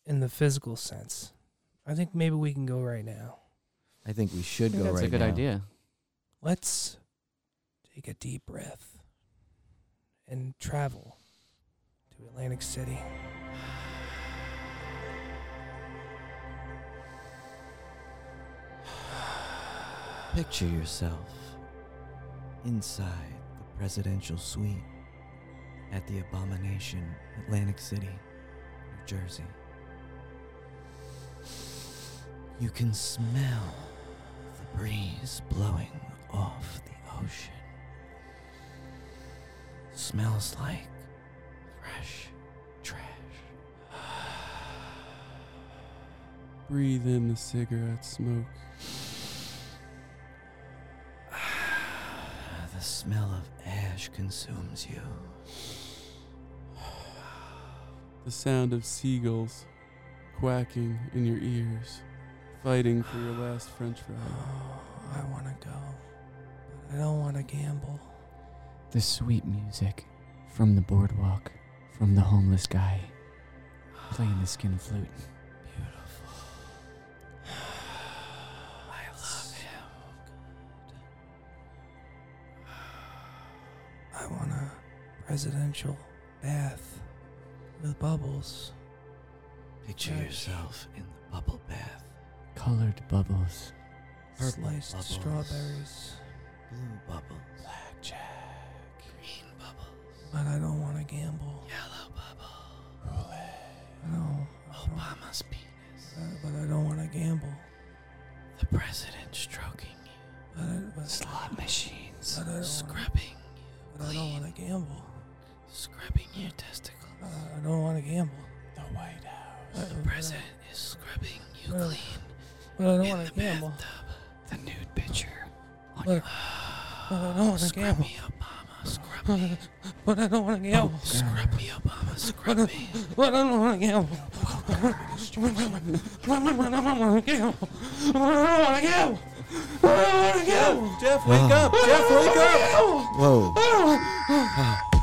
[SPEAKER 4] in the physical sense. I think maybe we can go right now.
[SPEAKER 2] I think we should go
[SPEAKER 3] that's
[SPEAKER 2] right
[SPEAKER 3] a good
[SPEAKER 2] now.
[SPEAKER 3] idea.
[SPEAKER 4] Let's take a deep breath and travel to Atlantic City.
[SPEAKER 2] Picture yourself inside the presidential suite at the Abomination, Atlantic City, New Jersey. You can smell the breeze blowing off the ocean. Smells like fresh trash.
[SPEAKER 1] Breathe in the cigarette smoke.
[SPEAKER 2] The smell of ash consumes you.
[SPEAKER 1] The sound of seagulls quacking in your ears, fighting for your last french fry.
[SPEAKER 4] I want to go, but I don't want to gamble.
[SPEAKER 3] The sweet music from the boardwalk, from the homeless guy playing the skin flute.
[SPEAKER 2] I love him.
[SPEAKER 4] I want a presidential bath with bubbles.
[SPEAKER 2] Picture
[SPEAKER 4] Gosh.
[SPEAKER 2] yourself in the bubble bath.
[SPEAKER 3] Colored bubbles.
[SPEAKER 2] Purple
[SPEAKER 4] sliced
[SPEAKER 2] bubbles.
[SPEAKER 4] strawberries.
[SPEAKER 2] Blue bubbles. Blackjack. Green bubbles.
[SPEAKER 4] But I don't want to gamble.
[SPEAKER 2] Yellow bubble.
[SPEAKER 4] No. I don't-
[SPEAKER 2] Obama's penis.
[SPEAKER 4] uh, but I don't want to gamble.
[SPEAKER 2] The president stroking you.
[SPEAKER 4] Uh, But I, but,
[SPEAKER 2] Slot machines.
[SPEAKER 4] But I don't wanna-
[SPEAKER 2] Scrubbing.
[SPEAKER 4] but I don't want to gamble.
[SPEAKER 2] Scrubbing your testicles.
[SPEAKER 4] Uh, I don't want to gamble.
[SPEAKER 2] The White House.
[SPEAKER 4] Uh,
[SPEAKER 2] The president is scrubbing you
[SPEAKER 4] Uh,
[SPEAKER 2] clean.
[SPEAKER 4] But I don't
[SPEAKER 2] in
[SPEAKER 4] want
[SPEAKER 2] the
[SPEAKER 4] to gamble.
[SPEAKER 2] bathtub. The nude picture.
[SPEAKER 4] But, but I don't want to
[SPEAKER 2] Scrub
[SPEAKER 4] gamble.
[SPEAKER 2] me, Obama. Scrub Oh, me.
[SPEAKER 4] But I don't want to gamble.
[SPEAKER 2] Scrub me, Obama. Scrub me.
[SPEAKER 4] But I don't want to gamble. But I don't want to gamble. But I don't want to gamble. But I don't want to gamble.
[SPEAKER 1] Jeff, wake up! Jeff, wake up!
[SPEAKER 2] Whoa.